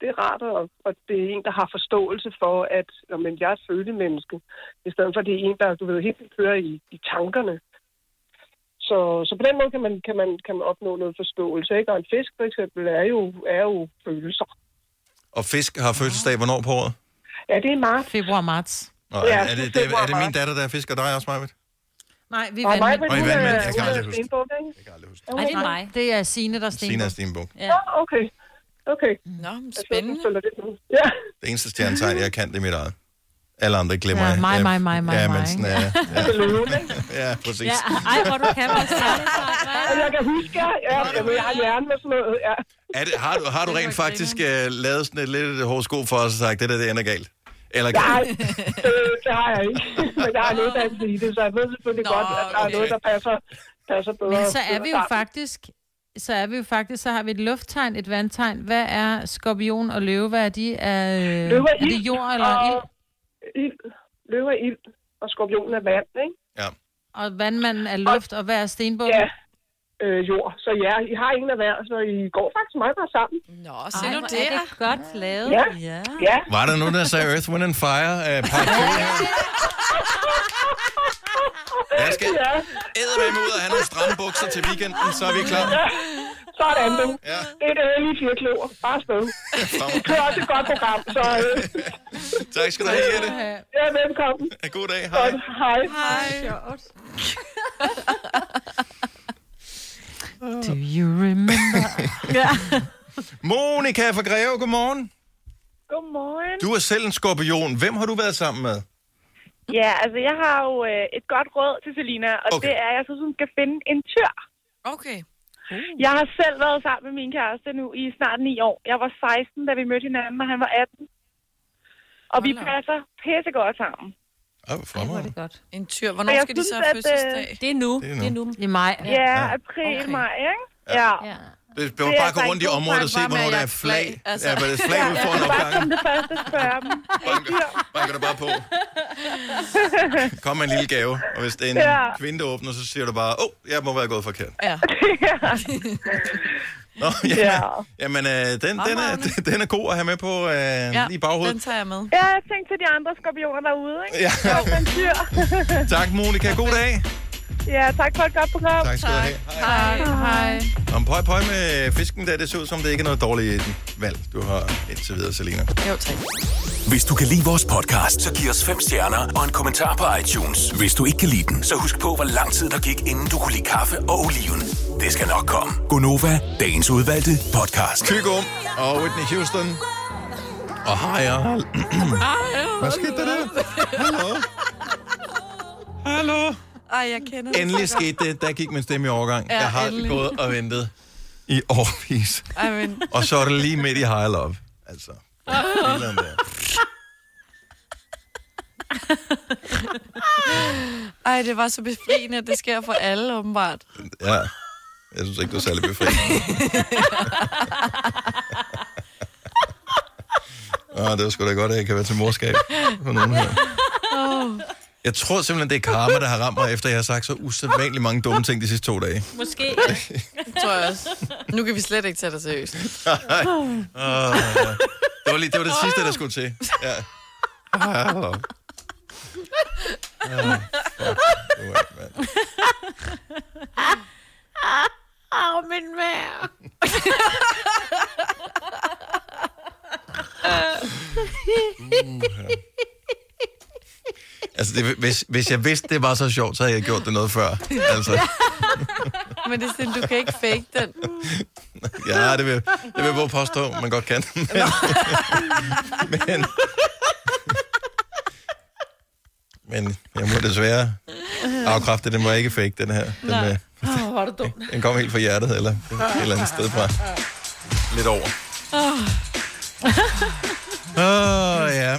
T: det er rart, og, og det er en, der har forståelse for, at "Nå, men jeg er et følemenneske, i stedet for, at det er en, der, du ved, helt vildt kører i, i tankerne. Så, så på den måde kan man, kan man, kan man opnå noget forståelse, ikke? Og en fisk, for eksempel, er jo, er jo følelser.
A: Og fisk har fødselsdag hvornår på året?
T: Ja, det er marts.
B: Februar-marts.
A: Nå,
T: Ja,
A: ja, er, det, det, er det min
T: februar-marts.
A: datter, der er fisk, og dig også, Majbet?
B: Nej, vi er
T: Og mig, øh,
B: vandmænd.
T: men
A: Og I
T: hun er
A: vandmænd, jeg kan
T: hun
A: aldrig
T: er
A: huske.
T: stenbuk, ikke? Jeg kan
A: aldrig huske.
B: Nej, det er mig. Det er Signe, der er
A: Sina
B: stenbog.
A: Stenbog.
B: Ja.
T: okay. Okay.
C: Nå, men
T: spændende. Ja.
A: Det eneste stjernetegn,
U: Mhm.
A: jeg kan, det er mit eget. Alle andre glemmer
B: Ja,
A: jeg.
B: mig,
A: Ja,
B: mig, mig, mig,
A: Ja,
B: mig,
A: men sådan er ja. ja, præcis.
B: Ja, ej, hvor du kan, hvor
T: Men jeg kan huske, ja, ja, jamen, jeg har hjernen med sådan noget, ja.
A: Er det, har, du, har du rent faktisk uh, lavet sådan et lidt et horoskop for os og sagt, det der, det ender galt? Eller
T: Nej,
A: galt?
T: det, Øh, det har jeg ikke. Men jeg har en uddannelse i det, så jeg ved selvfølgelig Nå, godt, at der er noget, der passer, passer bedre.
B: Men så er vi jo
T: sammen.
B: faktisk... Så er vi jo faktisk, så har vi et lufttegn, et vandtegn. Hvad er skorpion og løve? Hvad er de? Er, øh,
T: Løver
B: er det jord eller
T: og,
B: ild?
T: ild? Løver er ild, og skorpionen er vand, ikke?
B: Og vandmanden er luft, og hvad er stenbog?
T: Ja. Øh, jord. Så ja, I har en af hver, så I går faktisk meget godt sammen.
C: Nå,
T: se
B: Ej,
T: nu
B: hvor
T: der.
B: er det godt lavet.
T: Ja.
B: ja.
T: Ja.
A: Var der nogen, der sagde Earth, Wind and Fire? Uh, part 2 her? Jeg skal
T: Ja.
A: eddermame ud og have nogle stramme bukser til weekenden, så er vi klar.
T: Ja. Sådan, du.
A: Ja.
T: Det er det ærlige firkløver. Bare sted.
A: Fremragende.
T: Det er også et godt program, så øh,
A: Tak skal du have, Jette.
T: ja, velkommen.
A: God dag. Hej.
T: Godt. Hej.
C: Hej.
B: Do you remember?
T: ja.
A: Monika fra Greve, godmorgen.
H: Godmorgen.
A: Du er selv en skorpion. Hvem har du været sammen med?
H: Ja, altså jeg har jo øh, et godt råd til Selina, og okay. det er, at jeg synes, hun skal finde en tør.
C: Okay.
A: Uh.
H: Jeg har selv været sammen med min kæreste nu i snart 9 år. Jeg var 16, da vi mødte hinanden, og han var 18. Og vi passer pissegodt sammen.
A: Åh, oh, hvor
B: det godt.
C: En tyr. Hvornår
H: Og jeg
C: skal de så
H: synes,
C: have
H: at, øh,
C: fødselsdag?
B: Det er nu.
A: Det er nu. Det er
B: I maj.
H: Ja, april, okay. maj, ikke? Ja. ja.
A: Det
H: Det
A: bør
H: er
A: bare
H: altså
A: gå rundt i
H: en god
A: området
H: tanke,
A: og se,
H: bare med
A: hvornår
H: at jeg
A: der er
H: er
A: flag.
H: flag, altså.
A: Ja, hvad er det flag, vi får en
H: Bare som
A: opgang?
H: det første spørge dem.
A: Banker du bare på. Kom med en lille gave, og hvis det er en
H: Ja.
A: kvinde, der åbner, så siger du bare, åh, oh, jeg må være gået forkert.
C: Ja.
A: Nå, ja.
H: Ja.
A: Jamen, øh, den, den, er, den er god at have med på øh, ja, i
H: den
A: baghovedet.
C: tager jeg med.
H: Ja, jeg tænkte til de andre skorpioner derude, ikke?
A: Ja.
H: Jo, men dyr.
A: Tak, Monika. God dag.
H: ja, tak for et godt program.
A: Tak skal du have.
H: Hej. Hej.
A: Om pøj, pøj med fisken, der det ser ud som, det ikke er noget dårligt valg, du har indtil videre, Selina.
C: Jo, tak.
F: Hvis du kan lide vores podcast, så giv os fem stjerner og en kommentar på iTunes. Hvis du ikke kan lide den, så husk på, hvor lang tid der gik, inden du kunne lide kaffe og oliven. Det skal nok komme.
Q: Gonova,
F: Dagens udvalgte podcast.
A: Kygo og Whitney Houston. Og hejer. Hvad skete der der? Hallo? Hallo?
C: Ej, jeg kender det
A: Endelig
C: så godt.
A: skete det. Der gik min stemme i overgang.
C: Ja,
A: Jeg har
C: endelig.
A: gået og ventet i årvis.
C: Ej, men...
A: Og så er det lige midt i High Love. Altså, billederne der.
C: Ej, det var så befriende, at det sker for alle, åbenbart.
A: Ja. Jeg synes ikke, det var særlig befriende. Åh, det var sgu da godt, at jeg kan være til morskab. for nogen her.
C: Oh.
A: Jeg tror simpelthen, det er karma, der har ramt mig, efter jeg har sagt så usædvanligt mange dumme ting de sidste to dage.
C: Måske. tror jeg også. Nu kan vi slet ikke tage dig seriøst.
A: Nej. Åh, ja. det, var lige, det var det sidste, der skulle til. Ja. Ah, hold op. Ah, fuck. Det var ikke, mand.
C: Ah,
B: Åh, oh, min mær.
A: Altså, det, hvis, hvis jeg vidste, det var så sjovt, så havde jeg gjort det noget før. Altså,
C: Men det er sådan, du kan ikke fake den.
A: ja, det vil, det vil jeg våge påstå, man godt kan. Men, men, men jeg må desværre afkræfte, den var ikke fake, den her. Den, øh,
B: Åh, hvor er du dum.
A: Den kom helt fra hjertet, eller et eller andet sted fra.
B: Ah.
A: Lidt over.
B: Åh.
A: Åh, oh, ja.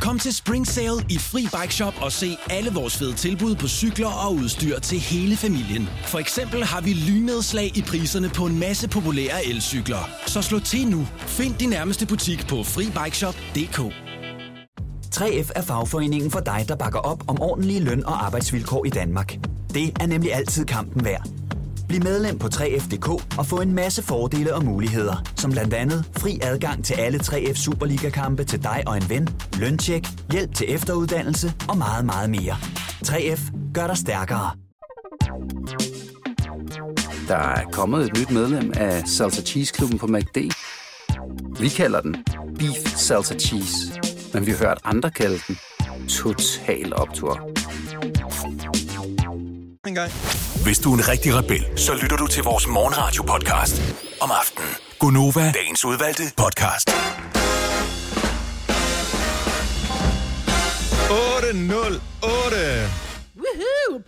Q: Kom til Spring Sale i Fri Bike Shop og se alle vores fede tilbud på cykler og udstyr til hele familien. For eksempel har vi lynedslag i priserne på en masse populære elcykler. Så slå til nu. Find din nærmeste butik på FriBikeShop.dk
R: 3F er fagforeningen for dig, der bakker op om ordentlige løn- og arbejdsvilkår i Danmark. Det er nemlig altid kampen værd. Bliv medlem på 3F.dk og få en masse fordele og muligheder, som blandt andet fri adgang til alle 3F Superliga-kampe til dig og en ven, løntjek, hjælp til efteruddannelse og meget, meget mere. 3F gør dig stærkere.
S: Der er kommet et nyt medlem af Salsa Cheese Klubben på MACD. Vi kalder den Beef Salsa Cheese, men vi har hørt andre kalde den Total Optor.
A: En gang.
F: Hvis du er en rigtig rebel, så lytter du til vores morgenradio-podcast om aftenen. Gunova, dagens udvalgte podcast.
A: 808.
B: Woohoo!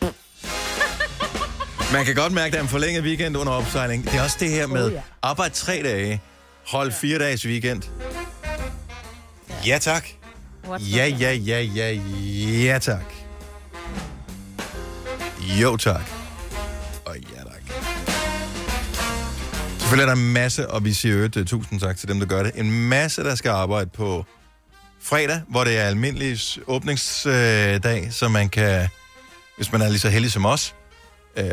A: Man kan godt mærke, at der er en forlænget weekend under opsejling. Det er også det her
B: Oh,
A: med
B: ja.
A: arbejde tre dage, hold fire dages weekend. Ja tak. Ja, ja, ja, ja, ja tak. Jo tak. Og ja tak. Selvfølgelig er der en masse, og vi siger øvrigt øh, tusind tak til dem, der gør det. En masse, der skal arbejde på fredag, hvor det er almindelig s- åbningsdag, så man kan, hvis man er lige så heldig som os, øh,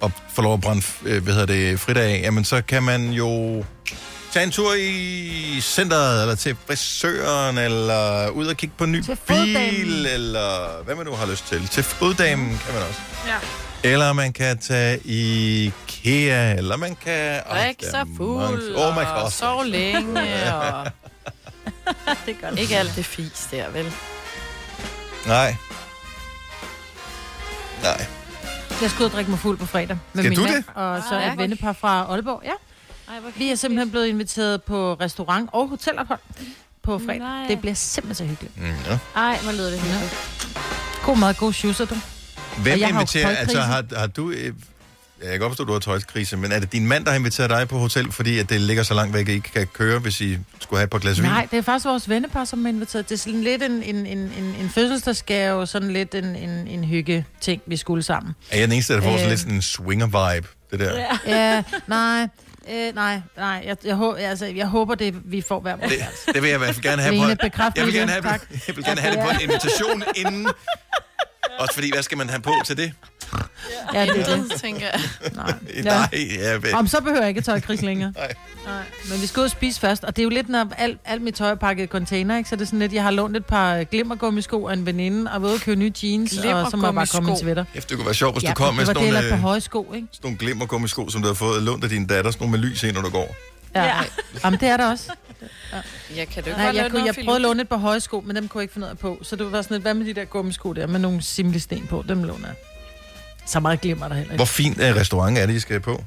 A: og får lov at brænde øh, hvad hedder det, fridag af, jamen så kan man jo tage en tur i centret, eller til frisøren, eller ud og kigge på en ny bil, eller hvad man nu har lyst til. Til foddamen kan man også.
C: Ja.
A: Eller man kan tage i IKEA, eller man kan... Ej,
C: Drik
A: der er
C: sig fuld,
A: mange- Oh my god.
C: og sov længe, og...
D: det er godt.
C: Ikke alt det fis der, vel?
A: Nej. Nej.
B: Jeg skal ud og drikke mig fuld på fredag. Med
A: Skal
B: min
A: du
B: mand,
A: det?
B: Og så
D: Ah,
B: et vennepar fra Aalborg, ja. Vi er simpelthen blevet inviteret på restaurant og hotelophold på fredag.
D: Nej.
B: Det bliver simpelthen så hyggeligt.
A: Mm, ja.
D: Ej, hvor lyder det hyggeligt.
B: God mad, god shoes, du.
A: Hvem
B: Og jeg har jo
A: inviterer... Altså,
B: tøjkrise.
A: har, har du... øh, ja, Jeg kan godt forstå, at du har tøjskrise, men er det din mand, der har inviteret dig på hotel, fordi at det ligger så langt væk, at I ikke kan køre, hvis I skulle have et par glas vin?
B: Nej, det er faktisk vores vennepar, som er inviteret. Det er sådan lidt en, en, en, en, en fødselsdagsgave, sådan lidt en, en, en hygge ting, vi skulle sammen.
A: Er jeg den eneste, der får sådan
B: Øh.
A: lidt sådan en swinger-vibe? Det der.
B: Ja, ja nej, øh, nej, nej. Jeg, jeg, hå- altså, jeg håber, det vi får hver måned.
A: Det, det vil jeg i hvert fald gerne have
B: Lene,
A: på.
B: bekræft
A: Jeg vil
B: mig
A: gerne
B: lige,
A: have, jeg vil gerne have det på en invitation inden. Også fordi, hvad skal man have på til det?
B: Ja, det er
C: Intet,
B: det.
C: tænker jeg.
B: Ja.
A: Nej, jeg ved.
B: Om så behøver jeg ikke tøj krig længere.
A: Nej.
B: Nej. Men vi skal ud og spise først, og det er jo lidt, når alt, alt mit tøj er pakket i container, ikke? så det er sådan lidt, jeg har lånt et par glimmergummisko af en veninde, og ved at købe nye jeans, og så må jeg bare komme i en sweater.
A: Efter det kunne være sjovt, hvis
B: Ja,
A: du kom
B: men
A: med
B: det var
A: sådan
B: det,
A: nogle,
B: eller på
A: øh, sådan
B: høje sko, ikke?
A: nogle glimmergummisko, som du har fået lånt af din datter, sådan nogle med lys ind, når du går.
B: Ja. ja. Jamen, det er der også.
C: Jeg kan du ikke
B: Nej,
C: godt lave
B: jeg, kunne,
C: noget
B: jeg
C: filt?
B: prøvede at låne et par høje sko, men dem kunne jeg ikke finde ud af på. Så det var sådan lidt, hvad med de der gummisko der, med nogle simlesten på, dem låner jeg. Så meget glimmer der heller ikke.
A: Hvor fint en restaurant er det, I skal på?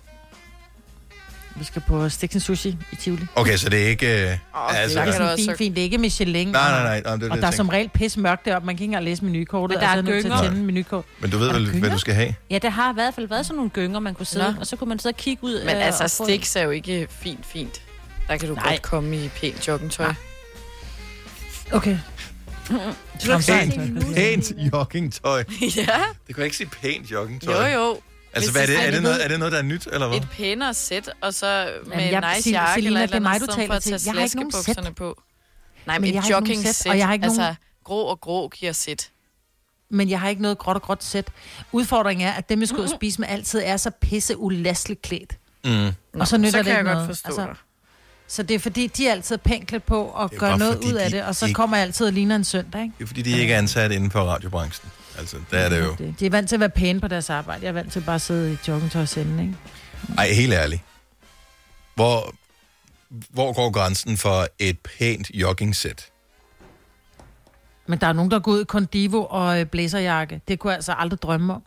B: Vi skal på Stiksen Sushi i Tivoli.
A: Okay, så det er ikke... Øh,
B: Altså, det er sådan fint, fint. Det er ikke Michelin.
A: Nej, nej, nej, nej, det er det,
B: og
A: jeg
B: der er
A: tænker.
B: som regel pisse mørkt deroppe. Man kan ikke engang læse menukortet.
D: Men der er
B: altså, nødt til at
D: gynger.
B: tænde menukort.
A: Men du ved vel, hvad du skal have?
D: Ja, der har i hvert fald været sådan nogle gynger, man kunne sidde,
C: Nå.
D: og så kunne man sidde og kigge ud.
C: Men
D: øh,
C: altså,
D: og få-
C: Stix er jo ikke fint, fint. Der kan du
D: Nej.
C: Nej. godt komme i pænt joggingtøj.
B: Okay.
A: Pænt, pænt joggingtøj.
C: ja,
A: Det kunne jeg ikke sige pænt joggingtøj.
C: jo jo.
A: Altså,
C: Hvis
A: hvad er
C: det-
A: det?
C: Ej,
A: Er det,
C: det
A: noget,
C: ved-
A: er det noget, der er nyt, eller hvad?
C: Et pænere sæt, og så med
B: Jamen,
C: Jamen,
B: jeg-
C: en nice
B: Sil-
C: jakke
B: Selina,
C: eller et
B: det er
C: eller
B: mig,
C: andet,
B: du
C: i stedet for
B: taler
C: at tage
B: til. Jeg har ikke nogen sæt.
C: slaskebukserne på. Nej,
B: Men
C: men,
B: jeg
C: et
B: har ikke nogen
C: jogging
B: sæt, og jeg har ikke
C: altså,
B: nogen-
C: grå og grå giver sæt.
A: Mm.
B: Men jeg har ikke noget gråt og gråt sæt. Udfordringen er, at dem, jeg skal ud og spise med, altid er så pisse ulasteligt klædt.
A: Mm.
B: og så nytter
C: så
B: det
C: kan
B: ikke
C: jeg
B: noget. Altså,
C: godt forstå dig.
B: så det er fordi, de er altid pænt klædt på og
A: Det er
B: gør
A: bare
B: noget
A: fordi,
B: ud af
A: de
B: det, og så
A: ikke-
B: kommer jeg altid og ligner en søndag, ikke?
A: Det er fordi, de ikke er ansat inden for radiobranchen. Altså, der er det jo.
B: De er vant til at være pæne på deres arbejde. Jeg er vant til bare at sidde i joggingtøj og sende, ikke?
A: Ej, helt ærligt. Hvor, hvor går grænsen for et pænt joggingsæt?
B: Men der er nogen, der går ud i Condivo og øh, blæserjakke. Det kunne jeg altså aldrig drømme om.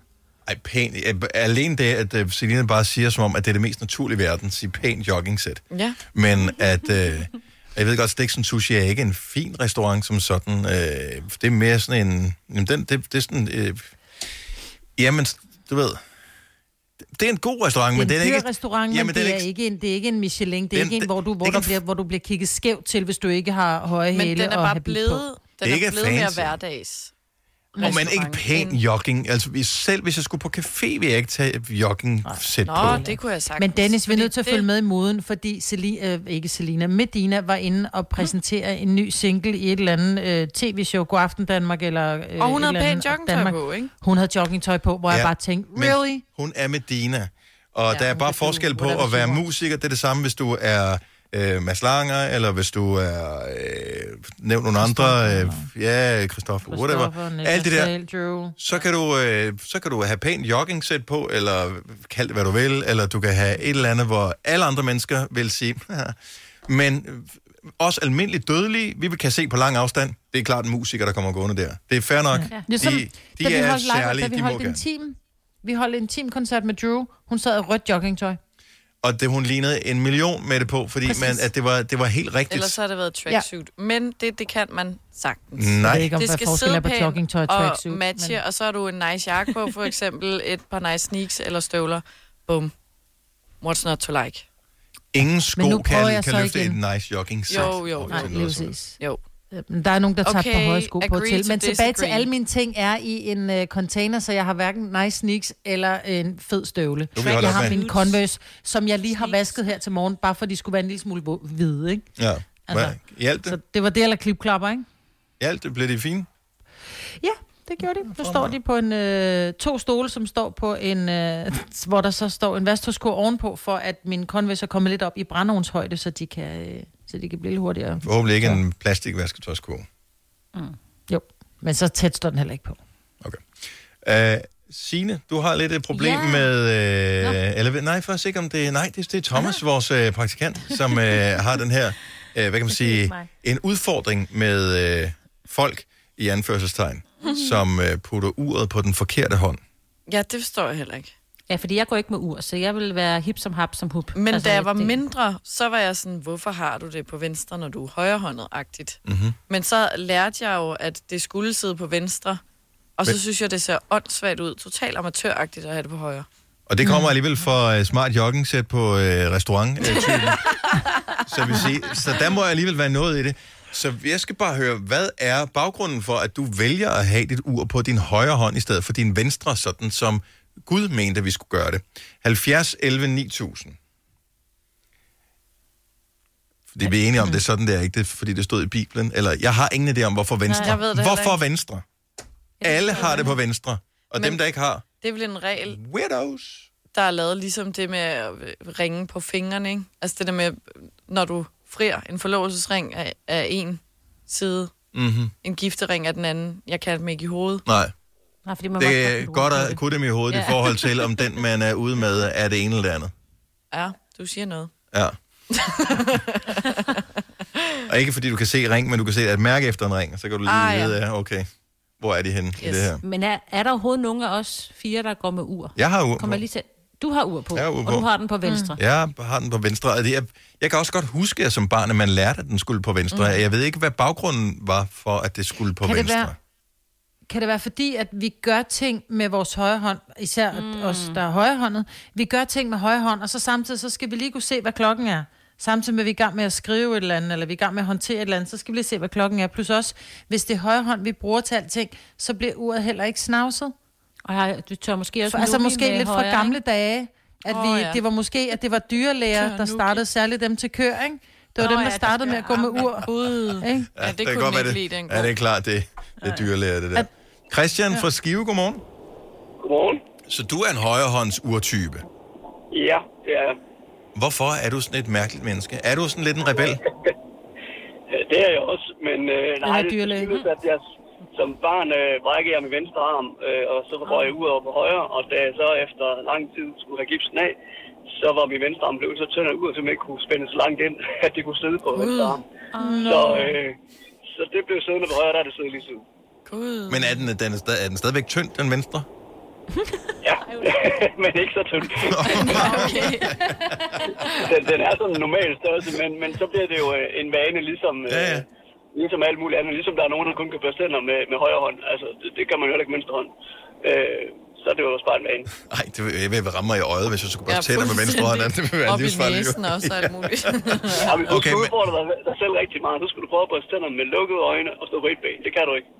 A: Ej, pænt. Alene det, at øh, Selina bare siger som om, at det er det mest naturlige i verden, sige pænt joggingsæt.
C: Ja.
A: Men at... Øh, jeg ved godt, Stiksen Sushi er ikke en fin restaurant som sådan. Øh, det er mere sådan en... Jamen, den, det, det er sådan... Øh, jamen, du ved... Det er en god restaurant,
B: det
A: men den
B: er
A: er
B: en dyr
A: ikke...
B: restaurant, men
A: Jamen,
B: det
A: den
B: er, ikke en, det er ikke en Michelin. Det er
A: Den-
B: ikke en, hvor du, hvor, der bliver, hvor du bliver kigget skævt til, hvis du ikke har høje
C: Men
B: hæle
C: den er
B: og
C: bare
B: habit på.
C: blevet, den
A: Det er
C: er,
A: ikke
C: blevet mere
A: fancy.
C: hverdags.
A: Og men ikke pæn jogging. Altså, hvis- selv hvis jeg skulle på café, ville jeg ikke tage jogging sæt på.
C: Nå, det kunne jeg sagtens.
B: Men Dennis, vi er
C: Fordi
B: nødt til at
C: det-
B: følge med i moden, fordi Selina, øh, ikke Selina, Medina var inde og præsentere en ny single i et eller andet øh, tv-show, God Aften Danmark, eller... Øh,
C: Og hun
B: et
C: havde
B: eller andet
C: pænt joggingtøj
B: Danmark.
C: på, ikke?
B: Hun havde joggingtøj på, hvor ja. jeg
A: Ja,
B: bare tænkte,
A: men
B: really?
A: Hun er Medina. Og ja, der er bare forskel på at være musiker. Det er det samme, hvis du er øh, Mads Langer, eller hvis du er... Øh, nævn nogle andre... Øh, ja, Christoffer, whatever. Alt det der.
B: der.
A: Så kan, du, øh, så kan du have pænt joggingsæt på, eller kald det, hvad du vil, eller du kan have et eller andet, hvor alle andre mennesker vil sige... Men øh, også almindeligt dødelige, vi vil kan se på lang afstand, det er klart en musiker, der kommer gående der. Det er fair nok.
B: Ja.
A: De,
B: Ligesom,
A: de,
B: da vi
A: er
B: holdt live,
A: særlige,
B: da vi
A: de må
B: holdt
A: gerne.
B: intim, vi holdt en team koncert med Drew. Hun sad i rødt joggingtøj.
A: Og det, hun lignede en million med det på, fordi
B: Præcis.
A: man, at det, var, det var helt rigtigt.
C: Ellers så har det været tracksuit. Ja. Men det, det kan man sagtens.
A: Nej. Jeg ved ikke, om
C: det
A: der er
C: skal
A: forskel
C: sidde
A: på
C: pænt
A: joggingtøj og
C: og
A: tracksuit,
C: matche, men... og så har du en nice jakke på, for eksempel et par nice sneaks eller støvler. Bum. What's not to like?
A: Ingen sko
B: Men nu prøver
A: kan,
B: jeg
A: kan
B: så
A: løfte
B: igen.
A: et nice jogging sæt.
C: Jo, jo,
B: Nej,
C: jo.
B: lige præcis.
C: Jo.
A: Øhm,
B: Men Der er nogen, der tager okay, på
C: Okay,
B: høje sko på
C: agree
B: til.
C: to
B: Men tilbage til
C: disagree.
B: alle mine ting er i en uh, container, så jeg har hverken nice sneaks eller en fed støvle.
A: Nu vil jeg holde
B: Jeg
A: op
B: har
A: med-
B: min Converse, som jeg lige har vasket her til morgen, bare for de skulle være en lille smule vo- hvide, ikke?
A: Ja.
B: Altså,
A: Altså, Hjalp det?
B: Så det var det, eller klipklapper, ikke?
A: Hjalp det? Blev det fint?
B: Det gjorde de. Nu står de på en, øh, to stole, som står på en, øh, hvor der så står en vastosko ovenpå, for at min Converse er kommet lidt op i brændeovnshøjde, så de kan, øh, så de kan blive lidt hurtigere. Mm.
A: Forhåbentlig ikke en plastikvasketøjsko. Uh,
B: Jo, men så tæt står den heller ikke på.
A: Øh, Signe, du har lidt et problem
B: Ja.
A: yeah. med... Øh, eller, ved- nej, faktisk ikke om det... Nej, det, det er Thomas, vores øh, praktikant, som øh, har den her, øh, hvad kan man sige, en udfordring med øh, folk i anførselstegn,
B: Mhm.
A: som øh, putter uret på den forkerte hånd.
C: Ja, det forstår jeg heller ikke.
D: Ja, fordi jeg går ikke med ur, så jeg vil være hip som hap som hup.
C: Men altså, da jeg var
D: det-
C: mindre, så var jeg sådan, hvorfor har du det på venstre, når du er højrehåndet-agtigt?
A: Mm-hmm.
C: Men så lærte jeg jo, at det skulle sidde på venstre, og så
A: Men-
C: synes jeg, det ser åndssvagt ud. Totalt amatøragtigt at have det på højre.
A: Og det
C: Mm.
A: kommer alligevel fra uh, smart jogging-sæt på uh, restaurant uh, så, vi sige. så der må jeg alligevel være noget i det. Så jeg skal bare høre, hvad er baggrunden for, at du vælger at have dit ur på din højre hånd i stedet for din venstre, sådan som Gud mente, at vi skulle gøre det? 70, 11, 9000. Fordi vi er enige om, det er sådan, det er ikke, det, er, fordi det stod i Bibelen. Eller jeg har ingen idé om, hvorfor venstre.
C: Nej, jeg ved det heller
A: hvorfor
C: ikke.
A: venstre? Alle har det på venstre. Og
C: Men-
A: dem, der ikke har,
C: Det er vel en regel.
A: Mhm. Weirdos.
C: Der er lavet ligesom det med at ringe på fingrene, ikke? Altså det der med, når du frier en forlovelsesring af, af en side,
A: Mhm.
C: en giftering af den anden. Jeg kan dem ikke i hovedet.
A: nej.
D: Nej, fordi man
A: Det
D: var
A: er godt at kunne dem i hovedet ja.
C: Ja.
A: i forhold til, om den, man er ude med, er det ene eller det andet.
C: Ja, du siger noget.
A: Ja. og ikke fordi du kan se ring, men du kan se at mærke efter en ring, og så kan du lige
D: Ah,
A: ah,
D: ja.
A: ja. vide, ja, okay, hvor er de henne yes. i det her.
D: Men er, er der overhovedet nogen af os fire, der går med ur?
A: Jeg har ur
D: Kommer
A: på.
D: lige til... Du har ur på,
A: Jeg har ur
D: og
A: på. Mm.
D: du har den på venstre.
A: Jeg har den på venstre, og det- jeg, jeg kan også godt huske, at som barn, at man lærte, at den skulle på venstre.
B: Mm.
A: Jeg ved ikke, hvad baggrunden var for, at det skulle på
B: kan
A: venstre.
B: Det være, kan det være fordi, at vi gør ting med vores højre hånd, især mm. os, der er højrehåndet, vi gør ting med højre hånd, og så samtidig så skal vi lige kunne se, hvad klokken er. Samtidig med, at vi er i gang med at skrive et eller andet, eller vi er i gang med at håndtere et eller andet, så skal vi lige se, hvad klokken er. Plus også, hvis det er højre hånd, vi bruger til alting, så bliver uret heller ikke snavset.
D: Og du tør måske også
B: For, altså
D: Lucky
B: måske
D: med
B: lidt
D: højre,
B: fra gamle dage, at
D: Åh,
B: vi,
D: ja.
B: det var måske, at det var dyrelæger, der startede særligt dem til køer, ikke? Det var
D: Nå,
B: dem,
D: ja,
B: der
D: der
B: startede med at gå med ur. Ikke?
A: Ja, det, det kunne godt være det.
C: lide
A: ja, det er klart, det, det er dyrlæger, det der.
B: At-
A: Christian fra Skive, godmorgen.
E: Godmorgen.
A: Så du er en højrehånds urtype.
E: Ja, det er
A: Hvorfor er du sådan et mærkeligt menneske? Er du sådan lidt en rebel?
E: Det er jeg også, men øh, nej, det skyldes, at jeg s- som barn øh, brækkede jeg min venstre arm, øh, og så røg jeg ud over på højre, og da jeg så efter lang tid skulle have gipsen af, så var min venstre arm blevet så tynd af ud, at man ikke kunne spænde så langt ind, at det kunne sidde på venstre arm. Så, øh, så det blev siddende på højre, der er det siddet lige siden.
A: Men er den, den er, stad, er den stadigvæk tynd, den venstre?
E: men ikke så tynd. den, den er sådan en normal størrelse, men, men så bliver det jo øh, en vane, ligesom, ja, ja. ligesom alt muligt andet. Ligesom der er nogen, der kun kan børste tænder med, med højre hånd. Altså, det, det kan man jo heller ikke med venstre hånd. Øh, så så er det jo spejlmagen.
A: Nej, det vil, jeg vil ramme mig i øjet, hvis jeg skulle bare tænder med venstre hånd. Det vil være
C: Op i
A: livsfarligt.
C: næsen også, og alt muligt.
E: Jamen, du
A: Okay,
E: okay,
A: men-
E: skulle udfordre dig, dig selv rigtig meget. Nu skulle du prøve at børste tænder med lukkede øjne og stå på et ben. Det kan du ikke.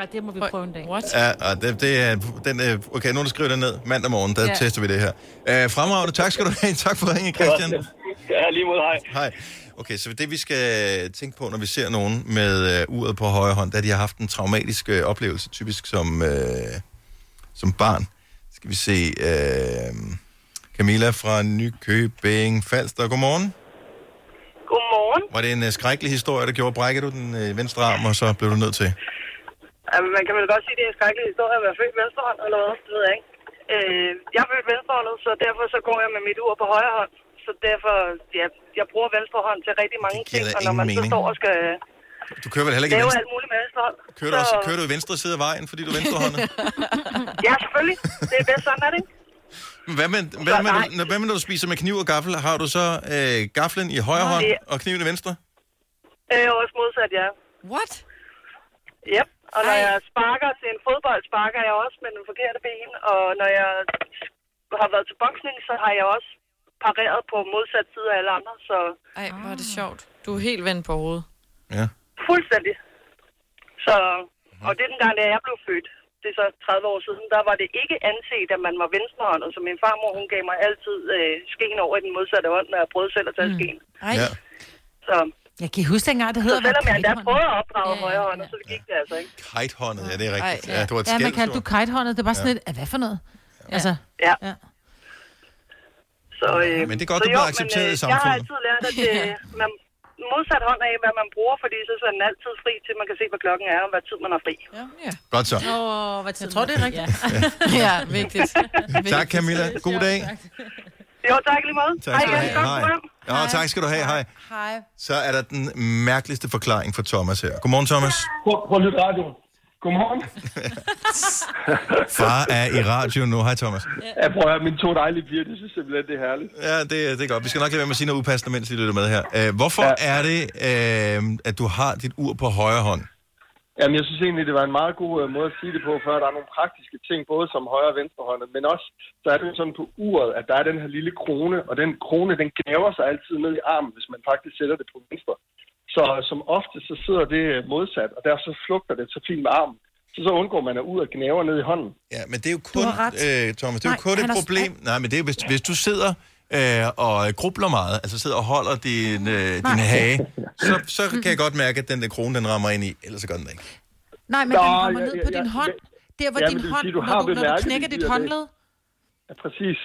D: Ej, det må vi prøve en dag.
C: What?
A: Ja, ja, det, det er, den, øh, okay, nogen der skriver den ned mandag morgen, der
D: Ja.
A: ja. tester vi det her. Øh, fremragende, tak skal du have. Tak for ringen, Christian.
E: Ja, lige mod hej.
A: Hej. Okay, så det vi skal tænke på, når vi ser nogen med øh, uret på højre hånd, da de har haft en traumatisk øh, oplevelse, typisk som, øh, som barn. Skal vi se øh, Camilla fra Nykøbing Falster. Godmorgen.
J: Godmorgen.
A: Var det en øh, skrækkelig historie, der gjorde? Brækkede du den øh, venstre arm, og så blev du nødt til?
J: Jamen, man kan vel godt sige, at det er en skrækkelig historie at være født med venstre hånd, eller hvad? Det ved jeg ikke. Øh, jeg er født venstrehåndet, så derfor så går jeg med mit ur på højre hånd. Så derfor, ja, jeg bruger venstre hånd til rigtig mange
A: giver
J: ting,
A: da
J: og når
A: ingen
J: man så
A: mening.
J: står og skal
A: Du kører vel heller ikke i
J: lave
A: venstre?
J: alt muligt med venstre hånd.
A: Kører du, også, kører du i venstre side af vejen, fordi du er venstrehåndet?
J: Ja, selvfølgelig. Det er bedst sådan, er det ikke?
A: Men Hvad med, hvad, med, når, hvad med, når du spiser med kniv og gaffel? Har du så øh, gaflen i højre
J: Nå,
A: hånd
J: det-
A: og kniven i venstre?
J: Øh, også modsat, ja.
C: What?
J: Yep. Og når
C: Ej.
J: jeg sparker til en fodbold, sparker jeg også med den forkerte ben. Og når jeg har været til boksning, så har jeg også pareret på modsat side af alle andre. Så
C: Ej, hvor er
D: Ah.
C: det sjovt. Du er helt vendt på hovedet.
J: Fuldstændig. Så,
A: Mhm.
J: og det er den gang, da jeg blev født, det er så 30 år siden, der var det ikke anset, at man var venstrehåndet. Så min farmor, hun gav mig altid øh, skeen over i den modsatte hånd, når jeg prøvede selv at tage mm. skeen.
B: Ej. Ja.
J: Så,
B: Jeg kan I huske dengang, det
J: så
B: hedder...
J: selvom jeg endda
B: kajthånd.
J: prøvede at opdrage ja, højre hånd, så gik det altså ikke.
A: Kitehåndet, ja, det er rigtigt.
B: Ej,
A: ja. det var et
B: ja, man
A: skæld,
B: kaldte du kitehåndet. Det var sådan
A: Ja.
B: ja. et, "Ah, hvad for noget? Ja. Altså,
J: Ja.
B: ja.
J: Så, øh,
A: Men øh, det er godt,
J: så
A: du bliver accepteret
J: men, øh,
A: i
J: Jeg har
A: samfundet.
J: altid lært, at øh, man modsat hånd af, hvad man bruger, fordi så er den altid fri, til man kan se, hvad klokken er, og hvad tid man har fri. Ja, ja.
A: Godt så.
D: Åh, oh, hvad
B: Jeg tror, det er rigtigt.
C: Ja, vigtigt.
A: Tak, Camilla. God dag.
J: Jo, tak i lige måde.
A: Tak skal du have.
J: Godt
A: Hej.
J: program.
A: Ja, tak skal du have. Hej.
B: Hej.
A: Så er der den mærkeligste forklaring for Thomas her. Godmorgen, Thomas.
I: Prøv, prøv at lytte radioen. Godmorgen.
A: Far er i radioen nu. Hej, Thomas.
I: Ja, prøv at høre, mine to dejlige piger, de synes simpelthen, det er herligt.
A: Ja, det, det er godt. Vi skal nok lade være med at sige noget upassende, mens I lytter med her. Øh, hvorfor
I: Ja.
A: ja. er det, øh, at du har dit ur på højre hånd?
I: Jamen, jeg synes egentlig, det var en meget god øh, måde at sige det på, for der er nogle praktiske ting, både som højre og venstre hånd, men også, så er det jo sådan på uret, at der er den her lille krone, og den krone, den gnaver sig altid ned i armen, hvis man faktisk sætter det på venstre. Så øh, som ofte, så sidder det øh, modsat, og derfor så flugter det så fint med armen. Så så undgår man, at uret gnaver ned i hånden.
A: Ja, men det er jo kun, øh, Thomas, det er jo
I: Nej,
A: kun
I: han
A: et
I: har-
A: problem. Nej, men det er, hvis, hvis du sidder øh, og grubler meget, altså sidder og holder din, øh, din hage, så, så kan jeg godt mærke, at den der krone, den rammer ind i, ellers så gør den det ikke.
B: Nej, men
I: Nå,
B: den kommer
I: ja,
B: ned
I: ja,
B: på
I: ja,
B: din
I: ja.
B: hånd. Der, hvor
I: Ja, men
B: din
I: det vil
B: hånd,
I: sige, du har
B: når, du, når du
I: bemærket
B: knækker
I: det
B: dit
I: lige, og det-
B: håndled.
I: Ja, præcis.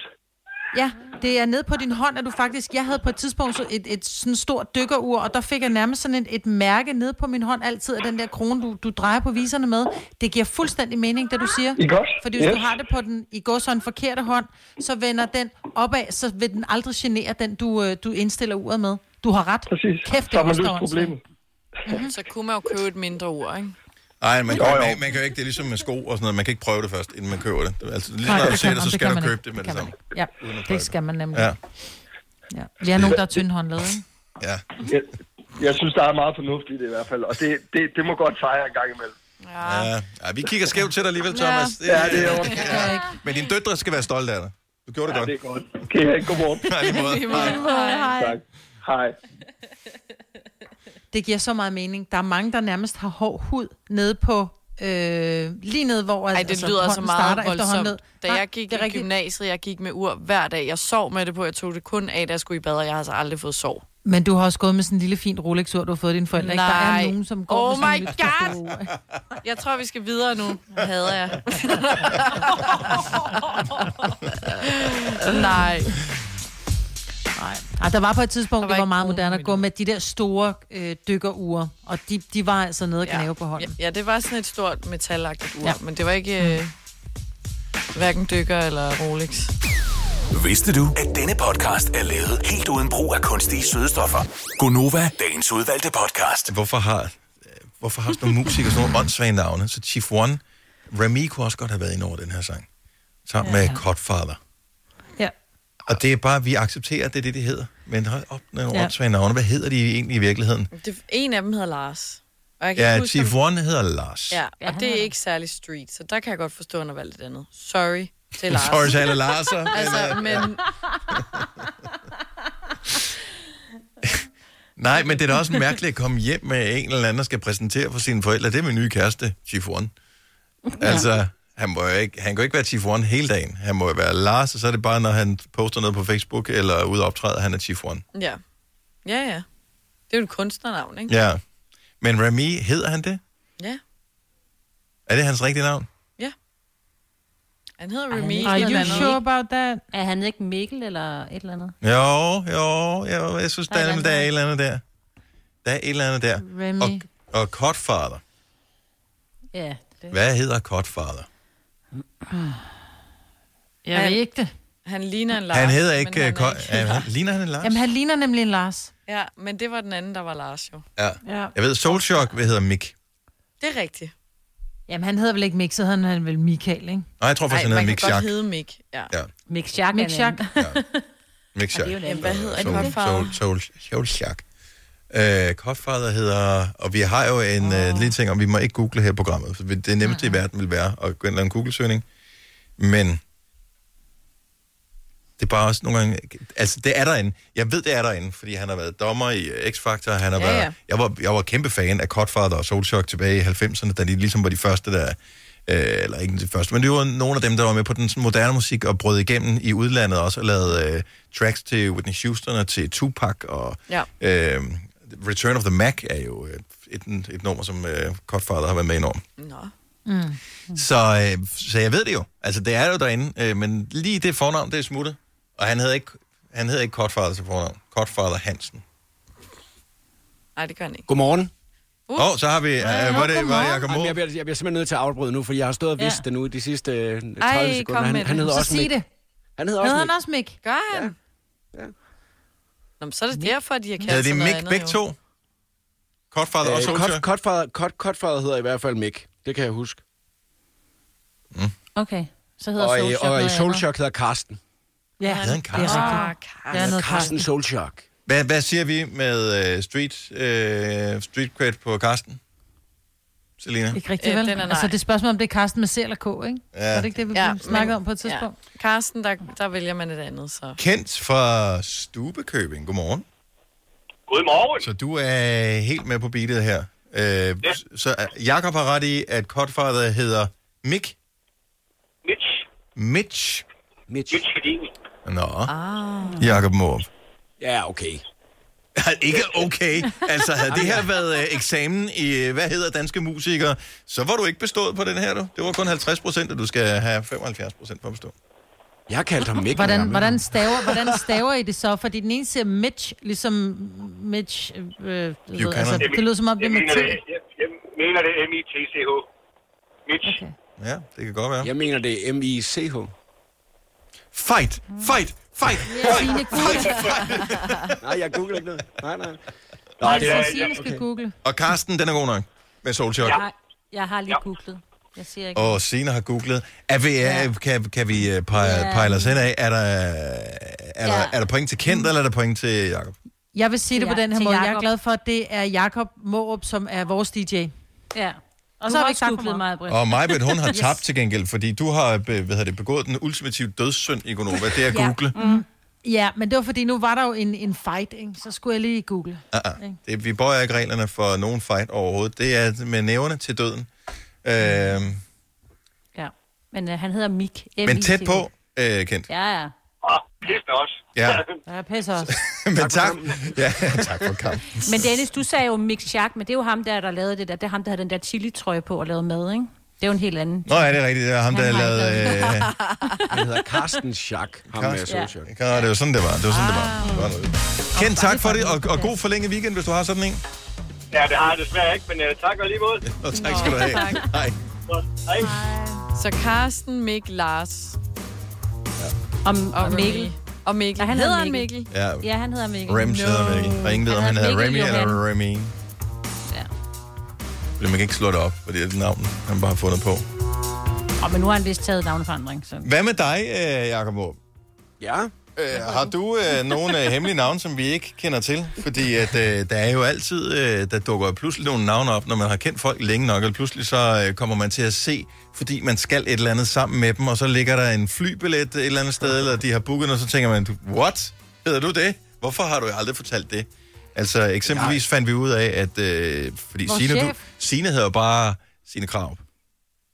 B: Ja, det er nede på din hånd, at du faktisk... Jeg havde på et tidspunkt så et, et sådan stort dykkerur, og der fik jeg nærmest sådan et, et mærke nede på min hånd altid af den der krone, du, du drejer på viserne med. Det giver fuldstændig mening, det du siger.
I: Ikke også?
B: Fordi hvis yes.
I: Yes.
B: du har det på den i går så en forkerte hånd, så vender den opad, så vil den aldrig genere den, du, øh, du indstiller uret med. Du har ret.
I: Præcis.
B: Kæft,
C: Så
B: det
C: har man
B: også
C: løst
B: der
C: problemet. Mm-hmm. Så kunne man jo købe et mindre ur, ikke?
A: Nej, man, kan- man, man kan jo ikke, det er ligesom med sko og sådan noget, man kan ikke prøve det først, inden man køber det. Altså, lige
B: Nej,
A: når du
B: det
A: ser
B: kan
A: det,
B: man-
A: så
B: det
A: skal
B: kan
A: du
B: man
A: købe
B: ikke.
A: det med
B: Det
A: det
B: kan
A: samme.
B: Ja,
A: Uden at prøve
B: det skal man nemlig.
A: Ja.
B: Ja. Ja. Vi er nogen, der er tyndhåndlede. ikke?
A: Ja.
I: Jeg, jeg synes, der er meget fornuft i det i hvert fald, og det, det, det må godt fejre en gang imellem.
A: Ja. ja. vi kigger skævt til dig alligevel,
I: Ja.
A: Thomas.
I: Ja, det er jo-
A: ja. Men dine døtre skal være stolte af dig. Du gjorde det ja, godt. det
I: er godt. Okay, ja, godmorgen.
A: Nej, lige måde.
B: Lige måde. Hej.
I: Tak. Hej.
B: Det giver så meget mening. Der er mange, der nærmest har hård hud nede på... Øh, lige nede, hvor
C: Ej, det lyder så
B: Altså, hånden
C: meget
B: starter efter håndled.
C: voldsomt. Da
B: Nej,
C: jeg gik
B: det er
C: i
B: rigtigt.
C: gymnasiet, jeg gik med ur hver dag. Jeg sov med det på, jeg tog det kun af, da jeg skulle i bad, og jeg har så aldrig fået sov.
B: Men du har også gået med sådan en lille fin Rolex-ur, du har fået af dine forældre. Ikke? Der er
C: Nej.
B: nogen, som går
C: Oh
B: med
C: my
B: sådan en god!
C: Jeg tror, vi skal videre nu. Hader jeg. Nej.
B: Nej. Ej, der var på et tidspunkt,
C: Der
B: det
C: var
B: var,
C: ikke
B: meget moderne at gå med de der store øh, dykkerure, og de, de var altså nede og gnave på hånden.
C: Ja, det var sådan et stort metalagtigt ur,
B: Ja.
C: ja. men det var ikke øh, hverken dykker eller Rolex.
F: Vidste du, at denne podcast er lavet helt uden brug af kunstige sødestoffer? Gonova, dagens udvalgte podcast.
A: Hvorfor har, hvorfor har sådan nogle musikere sådan nogle åndssvage navne? Så Chief One, Remy kunne også godt have været inde over den her sang. Sammen ja. med Godfather.
B: Ja.
A: Og det er bare, vi accepterer, at det er det, det hedder. Men hold op, med nogle
C: Ja.
A: ja. åndssvage navne. Hvad hedder de egentlig i virkeligheden?
C: Det, en af dem hedder Lars. Og jeg kan
A: Ja,
C: ikke huske,
A: Chief
C: om-
A: One hedder Lars.
C: Ja, og det er ikke særlig street, så der kan jeg godt forstå, at han har valgt et andet. Sorry til Lars.
A: Sorry til alle Larser, men,
C: altså,
A: øh,
C: men...
A: Nej, men det er da også mærkeligt at komme hjem med en eller anden, der skal præsentere for sine forældre. Det er min nye kæreste, Chief One. Altså, han, må jo ikke, han kan jo ikke være Chief One hele dagen. Han må jo være Lars, og så er det bare, når han poster noget på Facebook eller er ude og optræde, han er Chief One.
C: Ja. Ja, ja. Det er jo et kunstnernavn, ikke?
A: Ja. Men Remy, hedder han det?
C: Ja.
A: Er det hans rigtige navn?
C: Han hedder
D: Remy.
B: Are you sure about that?
D: Er han ikke Mikkel eller et eller andet?
A: Jo, jo, jo jeg synes, der
D: Der er
A: er,
D: et
A: nemlig- der er et eller andet der. Der er et eller andet der.
D: Remy.
A: Og, og Godfather.
D: Ja.
A: Hvad hedder Godfather?
B: Jeg ved ikke det.
C: Han ligner en Lars.
A: Han hedder
C: men
A: ikke... øh,
C: han
A: Han
C: er ikke
A: han, ligner han en Lars?
B: Jamen, han ligner nemlig en Lars.
C: Ja, men det var den anden, der var Lars jo.
A: Ja.
B: Ja.
A: Jeg ved, Soulshock hvad hedder Mick.
C: Det er rigtigt.
B: Jamen, han hedder vel ikke Mick, så hedder han- han vel Michael, ikke?
A: Nej, jeg tror faktisk, han hedder Mick
C: man kan
A: Schack.
C: godt hedde Mick. Ja.
A: Ja,
D: Mick Schack.
B: Mick Schack.
A: Mick Schack.
C: jo nemt. Hvad hedder
A: Soul-
C: Godfather?
A: Soul- Soul- Soulshock. Øh, Godfather hedder... Og vi har jo en oh. øh, lille ting om, vi må ikke google her i programmet. For det nemmeste i verden vil være at gå ind og lave en Google-søgning. Men det er bare også nogle gange... Altså, det er derinde. Jeg ved, det er derinde, fordi han har været dommer i øh, X-Factor. Han har
M: Ja,
A: ja, været,
M: ja.
A: ja. Jeg, var, jeg var kæmpe fan af Godfather og Soulshock tilbage i 90'erne, da de ligesom var de første, der... Øh, eller ikke de første, men det var nogle af dem, der var med på den sådan moderne musik og brød igennem i udlandet også og lavede øh, tracks til Whitney Houston og til Tupac. Og,
C: Ja.
A: øh, Return of the Mac er jo øh, et, et nummer, som øh, Godfather har været med enormt.
C: Nå.
B: Mm.
A: Så, øh, så jeg ved det jo. Altså, det er jo derinde. Øh, men lige det fornavn, det er smuttet. Og han hedder ikke, han hedder ikke Kortfader til fornavn. Kortfader Hansen.
C: Nej, det gør han ikke.
M: Godmorgen.
C: Uh.
A: Åh, så har vi...
C: Ja,
A: Øh, var det, var
M: jeg,
A: Jacob
M: Jamen,
A: Måb?
M: jeg, bliver, jeg bliver simpelthen nødt til at afbryde nu, for jeg har stået og vidst
B: Ja.
M: det nu i de sidste øh, 30
B: Ej,
M: sekunder.
B: kom med
M: han, han
B: det.
M: hedder
B: så
M: også
B: sig
M: Mick.
B: det.
M: Han hedder også
B: Hedder
M: Mick.
B: han også Mick?
C: Gør han? Ja. Nå, men så er det derfor, at de har kaldt
A: Hedder de
C: sig noget
A: Mick
C: andet,
A: begge
C: jo.
A: to? Kortfader og
M: Øh,
A: Solskjaer?
M: Cod- Codfather- Cod- Codfather hedder i hvert fald Mick. Det kan jeg huske.
D: Okay. Så hedder
M: Og, i-
D: Soulshock
M: og i
D: noget andet.
M: Soulshock hedder Karsten.
B: Ja,
A: Hedder han Carsten?
B: Ah,
D: Ja,
C: Ah,
M: Ja,
D: noget
M: Karsten Soulshock.
A: Hvad, hvad siger vi med øh, street, øh, street cred på Karsten? Selina?
B: Ikke rigtigt,
C: Øh,
B: vel?
C: den er nej.
B: altså, det er spørgsmål, om det er Karsten med C eller K, ikke?
A: Ja.
B: Var det ikke det, vi ja, snakkede om på et tidspunkt?
C: Ja. Karsten, der, der vælger man et andet, så...
A: Kent fra Stubekøbing. Godmorgen.
P: Godmorgen.
A: Så du er helt med på beatet her. Øh, ja. Så øh, Jakob har ret i, at Kortfader hedder Mick?
P: Mitch.
A: Mitch?
M: Mitch.
P: Mitch Hedin.
A: Nå.
B: Ah.
A: Jakob Måb.
M: Ja, okay.
A: Ah, Ikke okay. Altså, havde det her været øh, eksamen i, øh, hvad hedder danske musikere, så var du ikke bestået på den her, du. Det var kun 50 procent, og du skal have 75 procent for at bestå.
M: Jeg kaldte ham Mick.
B: Hvordan, hvordan, staver, hvordan staver I det så? Fordi den ene siger Mitch, ligesom Mitch... Øh, du ved,
A: Buchanan.
B: altså, det lyder som om, det er
P: jeg
B: med
P: mener
B: T.
P: det, jeg, jeg mener det er M-I-T-C-H. Mitch. Okay.
A: Ja, det kan godt være.
M: Jeg mener, det er M-I-C-H.
A: Fight! Fight! Fight!
B: Signe Google.
M: Nej, jeg googler ikke noget. Nej, nej.
B: Nej,
A: det er-
B: Signe skal google.
A: Og Karsten, den er god nok med Soulshock.
D: Jeg, jeg har lige googlet. Jeg siger ikke.
A: Og Sina har googlet. Er vi, ja. kan, kan vi øh, pege,
D: Ja.
A: pejle os hen af? Er der, er, der,
B: Ja. Mm.
A: er der point til Kent, eller er der point til Jakob?
B: Jeg vil sige det
D: Til
B: på
D: Ja-
B: den her
D: til
B: måde. Jeg er
D: Jakob.
B: glad for, at det er Jakob Måb, som er vores DJ.
D: Ja.
B: Og
D: Og
B: så
D: så
B: har
D: har
B: vi
D: vi
B: ikke sagt for
D: googlet mig, Britt.
A: Og Majbet, hun har tabt til gengæld, fordi du har be- hvad hedder det, begået den ultimative dødssynd i Gonova, det er at
B: Ja.
A: google.
B: Mm. Ja, men det var fordi, nu var der jo en, en fight, ikke? så skulle jeg lige google.
A: Ah, ah. Det, vi bøjer ikke reglerne for nogen fight overhovedet. Det er med næverne til døden. Øhm,
D: Ja. Men øh, han hedder Mick.
A: men tæt på, Ah, øh, Kent.
D: Ja, ja.
P: Og pisse også.
A: Ja.
D: Ja, pisser også.
A: Men tak. Ja, tak for kampen.
D: Men Dennis, du sagde jo Mick Schack, men det er jo ham der, der lavede det der. Det er ham, der havde den der chili-trøje på og lavede mad, ikke? Det er jo en helt anden.
A: Nå, ja, det er rigtigt. Det var ham, der
D: Han har
A: lavede...
D: ikke
A: Øh,
M: Han hedder Karsten Schack. Ham
A: Karsten.
M: med Soulshock.
A: Ja, det var sådan, det var. Det var sådan, det var. Det var noget. Kent, tak for Ah. det, og, og god forlænget weekend, hvis du har sådan en.
P: Ja, det har jeg desværre ikke, men uh, tak og lige måde.
A: Og tak skal du have.
C: tak.
A: Hej.
P: Hej.
C: Så Karsten, Mick, Lars.
D: Og, og Mikkel.
C: Og Mikkel.
D: Ja, han
C: hedder
D: hedder
C: han Mikkel?
A: Ja.
D: Ja, han hedder Mikkel.
A: Rem sidder med ikke. Der er ingen, der ved, om han hedder Remy
D: Mikkel
A: eller
D: Johan.
A: Remy. Ja. Fordi man kan ikke slå det op, fordi det er et navn, han bare har fundet på.
D: Og men nu har han vist taget navneforandring, så...
A: Hvad med dig, øh, Jacob Aarup?
M: Ja.
A: Øh, har du øh, nogle øh, hemmelige navne, som vi ikke kender til? Fordi at, øh, der er jo altid, øh, der dukker pludselig nogle navne op, når man har kendt folk længe nok, og pludselig så øh, kommer man til at se, fordi man skal et eller andet sammen med dem, og så ligger der en flybillet et eller andet sted, eller de har booket, og så tænker man, "Du- what? Hedder du det? Hvorfor har du aldrig fortalt det? Altså eksempelvis fandt vi ud af, at øh, fordi
D: Vores
A: Signe, du,
D: chef.
A: Signe hedder jo bare Signe Krav.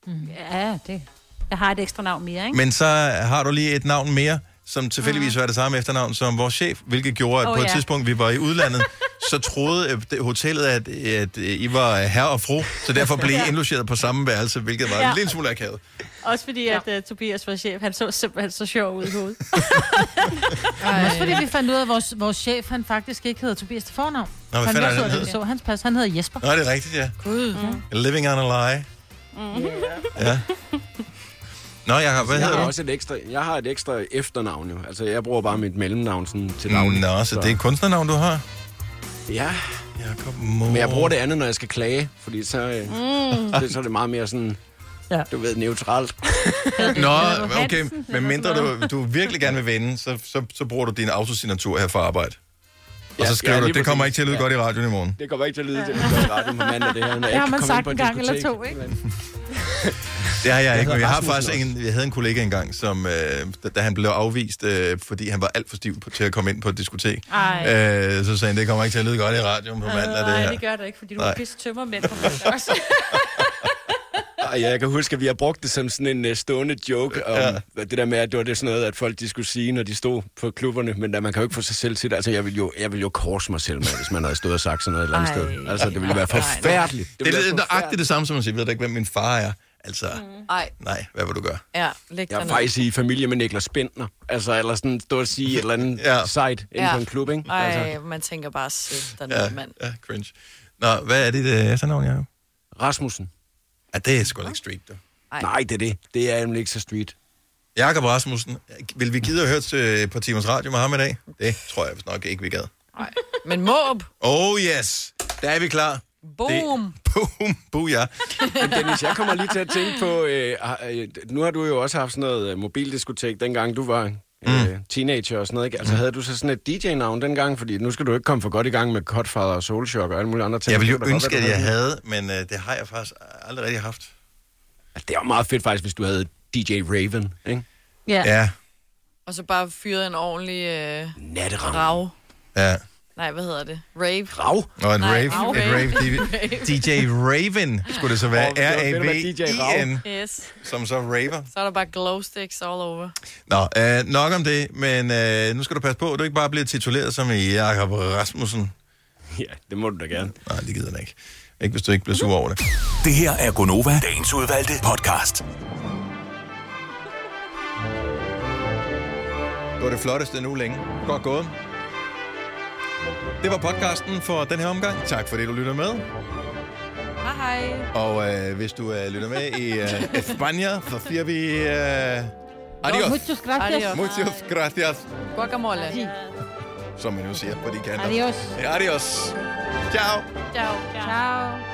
L: Mhm.
D: Mm. Ja, det. Jeg har et ekstra navn mere, ikke?
A: Men så har du lige et navn mere, som tilfældigvis var det samme efternavn som vores chef, hvilket gjorde, at
D: Åh,
A: oh, på et
D: ja.
A: tidspunkt, vi var i udlandet, så troede øh, det- hotellet, at, at øh, I var herre og fru, så derfor blev I
L: Ja.
A: indlogeret på samme værelse, hvilket var ja.
L: Ja.
A: en lille smule akavet.
L: Også fordi, at uh, Tobias var chef, han så simpelthen så sjov ud i hovedet.
D: Øh.
B: Ej. Også fordi vi fandt ud af, at vores, vores chef, han faktisk ikke hedder Tobias til fornavn.
A: hvad
B: han
A: fanden er
B: vidste,
A: det,
B: at
A: han
B: det
A: hed?
B: så hans pas. Han hedder Jesper.
A: Nå, det er rigtigt, ja.
B: Gud. Mm.
A: Living on a lie.
B: Mm.
A: Ja. Nå, Jacob, hvad
M: jeg
A: hedder
M: har
A: du?
M: også et ekstra, jeg har et ekstra efternavn jo. Altså, jeg bruger bare mit mellemnavn sådan, til daglig.
A: Nå, så det er et kunstnernavn, du har?
M: Ja.
A: Jakob Moore.
M: Men jeg bruger det andet, når jeg skal klage, fordi så, øh, mm. så, så er det meget mere sådan,
B: ja.
M: du ved, neutralt.
A: Nå, okay, men mindre du, du virkelig gerne vil vinde, så, så, så bruger du din autosignatur her for arbejde. Og
M: Ja,
A: så skriver
M: ja,
A: ja, du,
M: lige
A: det kommer
M: præcis.
A: ikke til at lyde
M: Ja.
A: ja. godt i radioen i morgen.
M: Det kommer ikke til at lyde til, at det er radio på mandag, det her. Når
B: Det har
M: jeg
B: man
M: kan komme ind
B: sagt
M: på
B: en gang eller
M: diskotek.
B: to, ikke?
A: Det har jeg
M: Jeg
A: ikke, men jeg har
M: hedder Rasmussen
A: faktisk en, jeg havde en kollega engang, som, øh, da, da han blev afvist, øh, fordi han var alt for stiv på, til at komme ind på et diskotek,
L: Ej. Øh,
A: øh, så sagde han, det kommer ikke til at lyde godt i radioen på mandag, det
L: Nej,
A: her.
L: det gør det ikke, fordi du
A: Nej.
L: er pisse tømmermænd på mig også.
M: Ej, ja, jeg kan huske, at vi har brugt det som sådan en uh, stående joke om ja. det der med, at det var det sådan noget, at folk de skulle sige, når de stod på klubberne, men da man kan jo ikke få sig selv til det. Altså, jeg ville jo, jeg ville jo korse mig selv med, hvis man havde stået og sagt sådan noget et eller andet
L: Ej.
M: sted. Altså, det ville være
A: Ej, nej.
M: forfærdeligt.
A: Det, det,
M: ville
A: det er
M: være
A: nøjagtigt det samme, som at sige, ved du ikke, hvem min far er? Altså, mm.
C: Ej,
A: nej, hvad vil du gøre?
C: ja, læg
M: Jeg
C: dig
M: er
C: ned.
M: faktisk i familie med Niklas Bentner. Altså, eller sådan stå og sige et eller andet ja. site inde på en klub, ikke?
C: Ej,
M: Altså,
C: man tænker bare, sæt dig
A: Ja,
C: ned, mand.
A: ja, cringe. Nå, hvad er dit øh, efternavn, Jacob?
M: Rasmussen.
A: Ja, det er sgu da ikke street, du.
C: Ej.
M: Nej, det er det. Det er nemlig ikke så street.
A: Jakob Rasmussen, vil vi gide at høre til øh, et par timers radio med ham i dag? Det tror jeg vist nok ikke, vi gad.
C: Men Måb,
A: Oh yes, der er vi klar.
C: boom!
A: Boom, buja.
M: Men Dennis, jeg kommer lige til at tænke på, øh, har- øh, nu har du jo også haft sådan noget øh, mobildiskotek, dengang du var øh, teenager og sådan noget, ikke?
A: Mm.
M: Altså havde du så sådan et DJ-navn dengang? Fordi nu skal du ikke komme for godt i gang med Godfather og Soulshock og alle mulige andre ting.
A: Jeg ville
M: Det
A: jo
M: kunne da godt
A: ønske,
M: være,
A: at
M: du
A: jeg
M: det.
A: havde, men øh, det har jeg faktisk aldrig rigtig haft.
M: Altså, Det var meget fedt faktisk, hvis du havde DJ Raven, ikke?
B: Ja.
A: Ja,
C: Og så bare fyret en ordentlig... Øh,
M: Natteravn.
C: Rav.
A: ja.
C: Nej, hvad hedder det? Rave.
M: Rav?
A: Nå, en
C: Nej,
A: rave.
C: rave.
A: Et rave.
C: Rave.
A: DJ Raven skulle det så være.
M: Åh, det var fedt at
A: E
M: være DJ Rav.
A: R-A-V-I-N,
C: Yes.
A: som så raver.
C: Så er der bare glow sticks all over.
A: Nå, øh, nok om det, men øh, nu skal du passe på, at du ikke bare bliver tituleret som Jakob Rasmussen.
M: Ja, det må du da gerne.
A: Nej, det gider jeg ikke. Ikke hvis du ikke bliver sur over det.
F: Det her er Gonova, dagens udvalgte podcast.
A: Det var det flotteste nu længe. Godt gået. Det var podcasten for den her omgang. Tak fordi du lytter med.
C: Hej hej.
A: Og øh, hvis du øh, lytter med i øh, Spanien, så siger vi... Øh,
B: Adios.
A: adios.
B: Muchas gracias.
C: Adios.
A: Muchas gracias,
C: Guacamole.
A: som man jo siger på de kanter.
B: Adios.
A: Adios. Ciao.
C: Ciao. Ciao.